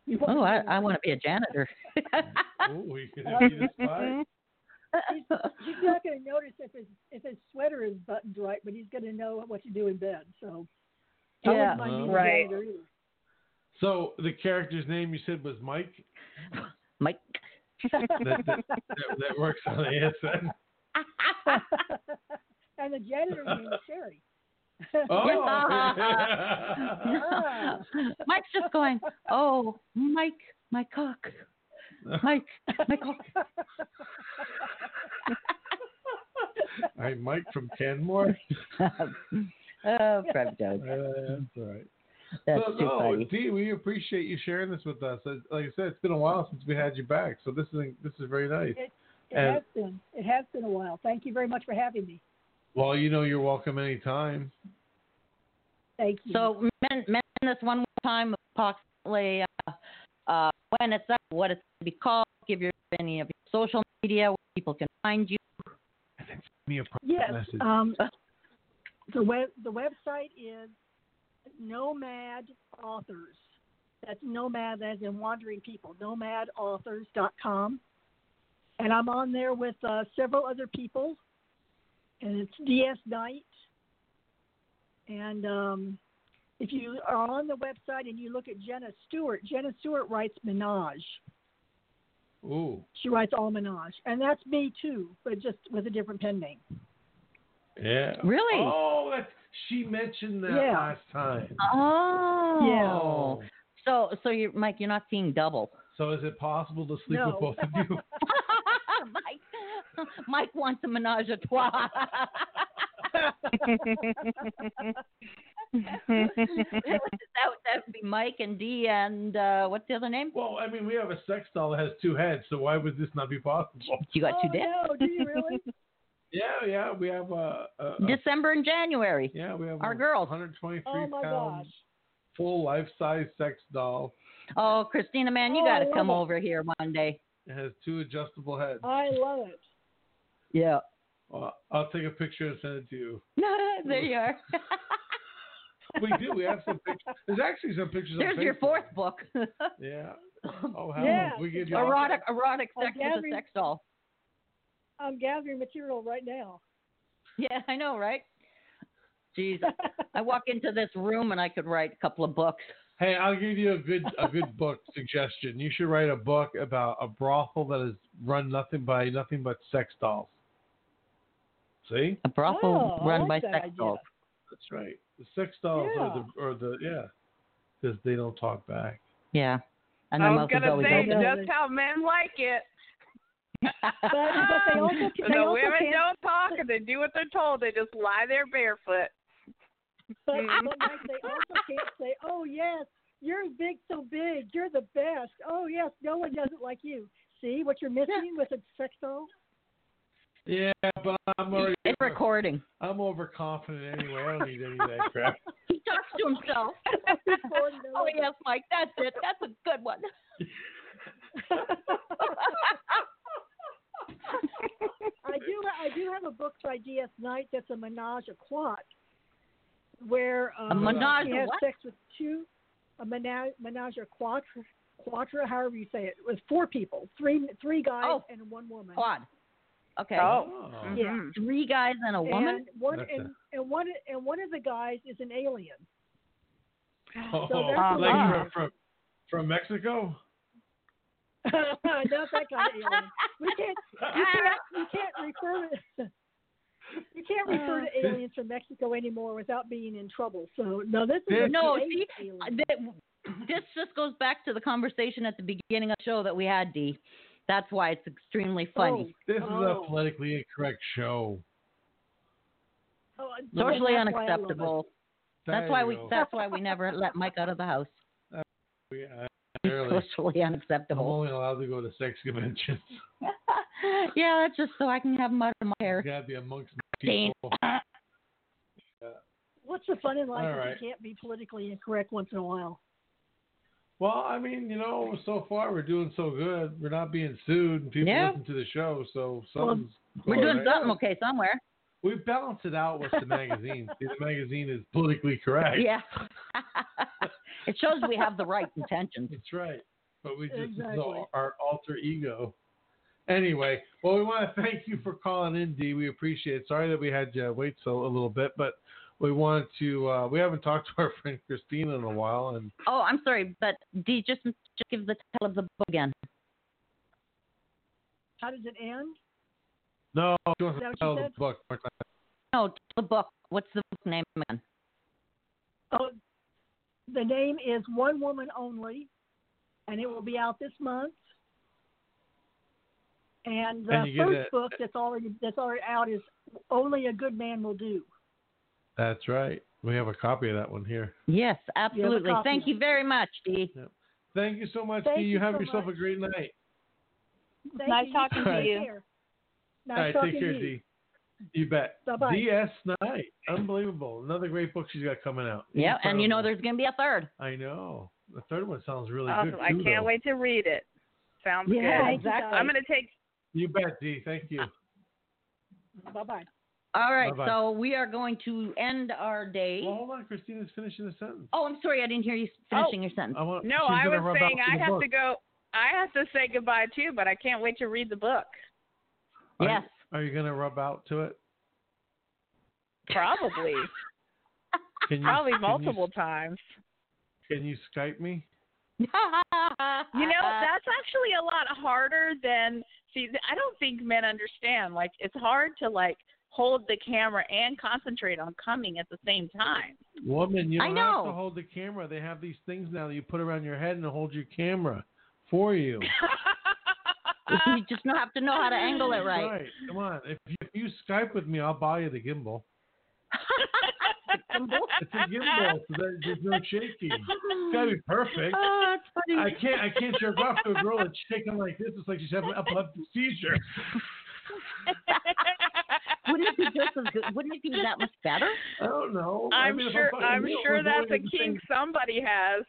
Speaker 6: You
Speaker 4: Oh, I,
Speaker 6: wanna be the
Speaker 4: I
Speaker 6: nerd.
Speaker 4: want to be a janitor. (laughs)
Speaker 3: Ooh, we could be the
Speaker 6: (laughs)
Speaker 3: spy.
Speaker 5: (laughs)
Speaker 6: He's not going to notice if his if his sweater is buttoned right, but he's going to know what to do in bed. So I wouldn't
Speaker 4: Yeah,
Speaker 6: mind being a
Speaker 5: right.
Speaker 6: janitor either.
Speaker 3: So the character's name you said was Mike.
Speaker 4: Mike.
Speaker 3: That that, that, that works on the
Speaker 4: (laughs)
Speaker 3: ASN.
Speaker 6: and the janitor's name is Sherry.
Speaker 4: (laughs)
Speaker 3: Oh.
Speaker 6: Ah.
Speaker 4: (laughs) Mike's just going, oh, Mike, my cock, Mike, my cock.
Speaker 3: All right, Mike from (laughs) Canmore.
Speaker 4: (laughs) oh, Fred
Speaker 3: Uh,
Speaker 4: Doug,
Speaker 3: that's all right.
Speaker 4: that's
Speaker 3: so,
Speaker 4: too
Speaker 3: no,
Speaker 4: funny.
Speaker 3: Dee, we appreciate you sharing this with us. Uh, Like I said, it's been a while since we had you back, so this is this is very nice.
Speaker 6: It
Speaker 3: And-
Speaker 6: has been. It has been a while. Thank you very much for having me.
Speaker 3: Well, you know, you're welcome anytime.
Speaker 6: Thank
Speaker 4: (laughs)
Speaker 6: you.
Speaker 4: So men, men this one more time approximately uh, uh, when it's up, what it's going to be called. Give your any of your social media where people can find you.
Speaker 3: Me a private
Speaker 6: yes,
Speaker 3: message.
Speaker 6: um, the web the website is Nomad Authors. That's Nomad as in wandering people. NomadAuthors.com, and I'm on there with uh, several other people, and it's DS Knight. And um, if you are on the website and you look at Jenna Stewart, Jenna Stewart writes Menage.
Speaker 3: Ooh,
Speaker 6: She writes all Menage, and that's me too, but just with a different pen name.
Speaker 3: yeah.
Speaker 4: Really?
Speaker 3: Oh, that's, she mentioned that
Speaker 6: Yeah.
Speaker 3: last time.
Speaker 4: Oh. So so you Mike, you're not seeing double.
Speaker 3: So is it possible to sleep
Speaker 6: No.
Speaker 3: with both of you? (laughs)
Speaker 4: Mike, Mike wants a menage a trois. that, would, that would be Mike and D and uh, what's the other name?
Speaker 3: well, I mean, we have a sex doll that has two heads, so why would this not be possible?
Speaker 4: You got two
Speaker 6: oh,
Speaker 4: dicks.
Speaker 6: No, do you really?
Speaker 3: Yeah, yeah, we have a, a, a
Speaker 4: December and January.
Speaker 3: yeah, we have
Speaker 4: Our
Speaker 3: a
Speaker 4: girls.
Speaker 3: 123
Speaker 6: Oh my
Speaker 3: pound
Speaker 6: gosh.
Speaker 3: full life size sex doll.
Speaker 4: Oh, Christina, man, you
Speaker 6: Oh,
Speaker 4: got
Speaker 6: I
Speaker 4: to
Speaker 6: love
Speaker 4: come
Speaker 6: it.
Speaker 4: over here one day.
Speaker 3: It has two adjustable heads.
Speaker 6: I love it.
Speaker 4: Yeah.
Speaker 3: Uh, I'll take a picture and send it to you.
Speaker 4: (laughs) there you
Speaker 6: (laughs)
Speaker 4: are.
Speaker 3: We do. We have some pictures. There's actually some pictures. on
Speaker 4: There's your
Speaker 3: Facebook.
Speaker 4: fourth book.
Speaker 6: (laughs)
Speaker 3: Yeah. Oh, how
Speaker 6: Yeah.
Speaker 3: we give you
Speaker 4: erotic, erotic
Speaker 6: Oh,
Speaker 4: sex with
Speaker 6: Gabby.
Speaker 4: a sex doll.
Speaker 6: I'm gathering material right now. (laughs)
Speaker 4: Yeah, I know, right? Jeez, I walk into this room and I could write a couple of books.
Speaker 3: Hey, I'll give you a good a good book suggestion. You should write a book about a brothel that is run nothing by nothing but sex dolls. See,
Speaker 4: A brothel
Speaker 6: Oh, I
Speaker 4: run
Speaker 6: like
Speaker 4: by
Speaker 6: that
Speaker 4: sex
Speaker 6: idea.
Speaker 4: dolls.
Speaker 3: that's right. The sex dolls
Speaker 6: Yeah.
Speaker 3: or the or the yeah, because they don't talk back.
Speaker 4: Yeah. And
Speaker 5: I
Speaker 4: their
Speaker 5: was
Speaker 4: mouth is
Speaker 5: gonna
Speaker 4: always
Speaker 5: say
Speaker 4: open.
Speaker 6: open.
Speaker 5: that's how men like
Speaker 4: (laughs)
Speaker 5: it.
Speaker 6: But, but
Speaker 5: (laughs)
Speaker 6: they also
Speaker 5: the
Speaker 6: they also
Speaker 5: women
Speaker 6: can't,
Speaker 5: don't talk and they do what they're told. They just lie there barefoot.
Speaker 6: (laughs) but, but like they also can't say, "Oh yes, you're big, so big, you're the best." Oh yes, no one does it like you. See what you're missing with a sex
Speaker 4: (laughs)
Speaker 6: doll? (laughs)
Speaker 3: Yeah, but I'm already
Speaker 4: It's recording.
Speaker 3: I'm overconfident anyway. I don't need any of that crap.
Speaker 4: (laughs) He talks to himself. oh yes, Mike, that's it. That's a good one.
Speaker 6: I do. I do have a book by D.S. Knight that's a menage a quad, where um,
Speaker 4: menage
Speaker 6: she
Speaker 4: a
Speaker 6: has
Speaker 4: what?
Speaker 6: sex with two, a menage, menage a quadra, quadra, however you say it, with four people, three three guys
Speaker 4: Oh.
Speaker 6: and one woman.
Speaker 4: Quad. Okay.
Speaker 5: Oh.
Speaker 3: Oh.
Speaker 6: Yeah.
Speaker 5: Mhm.
Speaker 4: Three guys and a woman.
Speaker 6: And one
Speaker 3: That's
Speaker 6: and, and one and one of the guys is an alien.
Speaker 3: Oh,
Speaker 6: there's
Speaker 5: a
Speaker 3: like
Speaker 5: lot.
Speaker 3: from, from from Mexico.
Speaker 6: (laughs) Not that kind of alien. We can't you can't, you can't refer to (laughs) you can't refer
Speaker 3: Uh.
Speaker 6: to aliens from Mexico anymore without being in trouble. So no, this is a
Speaker 4: No,
Speaker 6: great
Speaker 4: see,
Speaker 6: alien.
Speaker 4: Uh, that- This just goes back to the conversation at the beginning of the show that we had, D. That's why it's extremely funny.
Speaker 3: This is
Speaker 6: Oh.
Speaker 3: a politically incorrect show.
Speaker 6: Oh, oh, and
Speaker 4: Socially
Speaker 6: that's why I love it.
Speaker 4: unacceptable. That's
Speaker 3: There
Speaker 4: why
Speaker 3: you
Speaker 4: we.
Speaker 3: go.
Speaker 4: That's why we never let Mike out of the house.
Speaker 3: We- I-
Speaker 4: He's
Speaker 3: Barely.
Speaker 4: (laughs) socially
Speaker 3: I'm
Speaker 4: unacceptable.
Speaker 3: only allowed to go to sex conventions. (laughs)
Speaker 4: yeah, that's just so I can have mud in my hair.
Speaker 3: You gotta be amongst
Speaker 4: Dane.
Speaker 3: people.
Speaker 6: What's the fun in life
Speaker 3: All
Speaker 6: if
Speaker 3: right.
Speaker 6: you can't be politically incorrect once in a while?
Speaker 3: Well, I mean, you know, so far we're doing so good. We're not being sued, and people
Speaker 4: Yeah.
Speaker 3: listen to the show, so
Speaker 6: Well,
Speaker 3: something's
Speaker 4: We're
Speaker 3: going
Speaker 4: doing
Speaker 3: right.
Speaker 4: something okay somewhere.
Speaker 3: We balance it out with the magazine. See, the magazine is politically correct.
Speaker 4: Yeah. (laughs) it shows we have the right intentions.
Speaker 3: That's right. But we just this is
Speaker 6: Exactly.
Speaker 3: our alter ego. Anyway, well, we want to thank you for calling in, Dee. We appreciate it. Sorry that we had you wait so a little bit, but we wanted to. Uh, we haven't talked (laughs) to our friend Christina in a while, and
Speaker 4: Oh, I'm sorry, but D, just, just give the title of the book again.
Speaker 6: How does it end?
Speaker 3: no, she wants
Speaker 6: Is
Speaker 3: to
Speaker 6: that what she
Speaker 3: sell the
Speaker 6: said?
Speaker 3: book.
Speaker 4: No, title of the book. What's the book name again?
Speaker 6: Oh, the name is One Woman Only, and it will be out this month. And the
Speaker 3: And you get
Speaker 6: first
Speaker 3: it.
Speaker 6: book that's already that's already out is Only a Good Man Will Do.
Speaker 3: That's right. We have a copy of that one here.
Speaker 4: Yes, absolutely.
Speaker 6: copy
Speaker 4: Thank
Speaker 6: of
Speaker 4: you very much, Dee.
Speaker 3: Thank you so much,
Speaker 6: Thank
Speaker 3: Dee. You,
Speaker 6: you
Speaker 3: have
Speaker 6: so
Speaker 3: yourself
Speaker 6: much.
Speaker 3: a great night.
Speaker 6: Thank
Speaker 5: Nice
Speaker 6: you.
Speaker 5: talking
Speaker 3: to
Speaker 6: Take
Speaker 5: you.
Speaker 6: care. Nice
Speaker 3: All right,
Speaker 6: talking
Speaker 3: take care,
Speaker 6: to you.
Speaker 3: Dee. You bet.
Speaker 6: Bye-bye.
Speaker 3: DS Knight. Unbelievable. Another great book she's got coming out.
Speaker 4: Yeah, and you know
Speaker 3: Incredible.
Speaker 4: there's going to be a third.
Speaker 3: I know. The third one sounds really
Speaker 5: Awesome.
Speaker 3: good.
Speaker 5: I
Speaker 3: too,
Speaker 5: can't
Speaker 3: though.
Speaker 5: wait to read it. Sounds
Speaker 6: Yeah,
Speaker 5: good.
Speaker 6: exactly.
Speaker 5: I'm gonna take
Speaker 3: You bet, Dee. Thank you.
Speaker 6: Bye bye.
Speaker 4: All right,
Speaker 3: Bye-bye. Oh.
Speaker 4: so we are going to end our day.
Speaker 3: Well, hold on. Christina's finishing the sentence.
Speaker 4: Oh, I'm sorry, I didn't hear you finishing your sentence.
Speaker 3: I want,
Speaker 5: No,
Speaker 3: she's
Speaker 5: I
Speaker 3: gonna
Speaker 5: was
Speaker 3: rub out
Speaker 5: saying I
Speaker 3: the
Speaker 5: have
Speaker 3: book.
Speaker 5: to go I have to say goodbye too, but I can't wait to read the book.
Speaker 3: Are-
Speaker 4: yes.
Speaker 3: Are you going to rub out
Speaker 5: (laughs)
Speaker 3: to it? (laughs)
Speaker 5: Probably.
Speaker 3: Can you,
Speaker 5: Probably
Speaker 3: can you-
Speaker 5: multiple times.
Speaker 3: can you Skype me?
Speaker 5: You know,
Speaker 4: Uh,
Speaker 5: (laughs) that's actually a lot harder than see. th- I don't think men understand. Like, it's hard to like hold the camera and concentrate on coming at the same
Speaker 3: (laughs)
Speaker 5: time.
Speaker 3: Woman, you
Speaker 4: I
Speaker 3: don't have
Speaker 4: know.
Speaker 3: to hold the camera. They have these things now that you put around your head and hold your camera
Speaker 5: (laughs)
Speaker 3: for you.
Speaker 4: uh, you just know- have to know how to angle it right.
Speaker 3: Come on. If you, if you Skype with me, I'll buy you
Speaker 5: (laughs)
Speaker 3: the gimbal. It's a gimbal, so there- there's no shaking. It's got to be perfect.
Speaker 4: Oh, that's funny.
Speaker 3: I can't I can't jerk off to a girl that's shaking like this. It's like she's having an epileptic seizure.
Speaker 4: Wouldn't it be just as good? Wouldn't it be that much better?
Speaker 3: I don't know. I
Speaker 5: I'm
Speaker 3: mean, if
Speaker 5: sure
Speaker 3: fucking
Speaker 5: I'm
Speaker 3: real,
Speaker 5: sure
Speaker 3: we're
Speaker 5: that's a
Speaker 3: doing the
Speaker 5: king
Speaker 3: same-
Speaker 5: somebody has.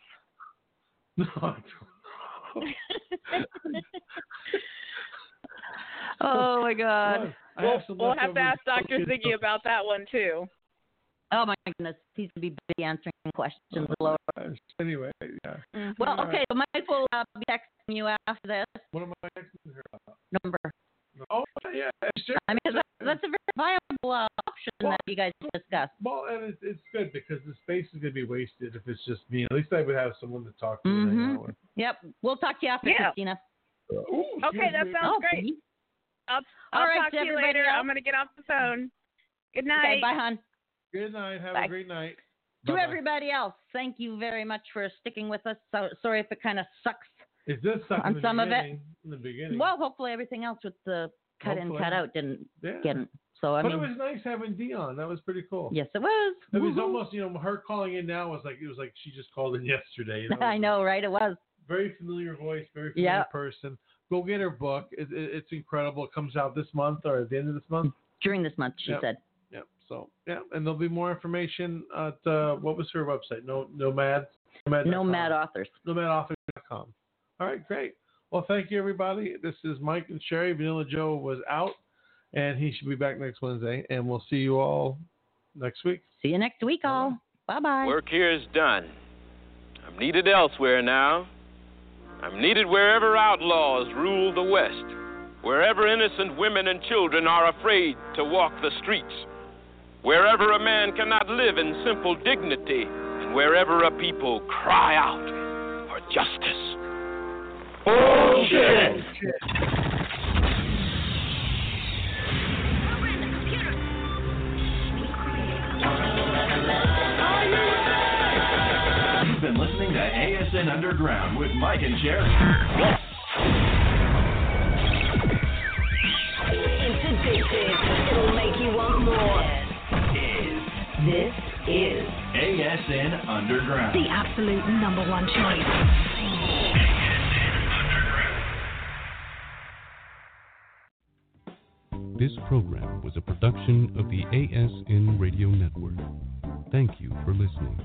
Speaker 3: (laughs) No, I don't know.
Speaker 5: oh my (laughs)
Speaker 3: Look,
Speaker 5: god.
Speaker 3: I
Speaker 5: We'll,
Speaker 3: have some
Speaker 5: we'll have to ask
Speaker 3: leftover
Speaker 5: Dr.
Speaker 3: fucking-
Speaker 5: Ziggy about that one too.
Speaker 4: Oh my goodness, he's gonna be busy answering questions. Lord.
Speaker 3: Anyway, Oh, yeah.
Speaker 4: Well,
Speaker 3: All right.
Speaker 4: okay, so Mike will uh, be texting you after this
Speaker 3: What am I texting her about?
Speaker 4: number.
Speaker 3: Oh, yeah. Sure.
Speaker 4: I mean, that, that's a very viable uh, option that you guys discussed.
Speaker 3: Well, and it's, it's good because the space is going to be wasted if it's just me. At least I would have someone to talk to. and hang
Speaker 4: Mhm.
Speaker 5: Mm-hmm.
Speaker 3: out with.
Speaker 4: Yep, we'll talk to you after,
Speaker 5: Yeah.
Speaker 4: Christina.
Speaker 3: Ooh,
Speaker 5: Okay,
Speaker 3: excuse
Speaker 5: that
Speaker 4: (laughs)
Speaker 3: me.
Speaker 5: sounds
Speaker 4: oh,
Speaker 5: great.
Speaker 4: gee.
Speaker 5: I'll
Speaker 4: All right,
Speaker 5: talk
Speaker 4: to
Speaker 5: to you
Speaker 4: everybody
Speaker 5: later.
Speaker 4: else.
Speaker 5: I'm gonna get off the phone. Good night.
Speaker 4: Okay, bye, hon.
Speaker 3: Good night. Have
Speaker 4: Bye.
Speaker 3: a great night.
Speaker 4: To
Speaker 3: Bye-bye.
Speaker 4: everybody else, thank you very much for sticking with us. So sorry if it kind of sucks.
Speaker 3: It does suck
Speaker 4: On
Speaker 3: in the
Speaker 4: some of it.
Speaker 3: beginning. In the beginning.
Speaker 4: Well, hopefully everything else with the cut in,
Speaker 3: Hopefully.
Speaker 4: cut out didn't
Speaker 3: yeah.
Speaker 4: get. in. So I
Speaker 3: but
Speaker 4: mean,
Speaker 3: it was nice having Dion. That was pretty cool.
Speaker 4: yes, it was.
Speaker 3: It was
Speaker 4: Woohoo. (laughs)
Speaker 3: almost, you know, her calling in now was like it was like she just called in (laughs) yesterday. You know?
Speaker 4: (laughs) I know, right? It was.
Speaker 3: Very familiar voice, very familiar
Speaker 4: Yeah.
Speaker 3: person. Go get her book. It, it, it's incredible. It comes out this month or at the end of this
Speaker 4: (laughs)
Speaker 3: month.
Speaker 4: During this month, she
Speaker 3: Yep.
Speaker 4: said.
Speaker 3: Yeah. So yeah, and there'll be more information at uh, what was her website? No, Nomad. Nomad.
Speaker 4: Nomad authors.
Speaker 3: NomadAuthor.com. All right, great. Well, thank you everybody. This is Mike and Sherry. Vanilla Joe was out, and he should be back next Wednesday. And we'll see you all next week.
Speaker 4: See you next week, all. Bye bye.
Speaker 7: Work here is done. I'm needed elsewhere now. I'm needed wherever outlaws rule the West, wherever innocent women and children are afraid to walk the streets, wherever a man cannot live in simple dignity, and wherever a people cry out for justice. Bullshit!
Speaker 1: Program the computer.
Speaker 2: You've been listening to ASN Underground with Mike and Jerry.
Speaker 8: It's addictive. It'll make you want more. This is
Speaker 2: ASN Underground.
Speaker 8: the absolute number one choice.
Speaker 9: This program was a production of the ASN Radio Network. Thank you for listening.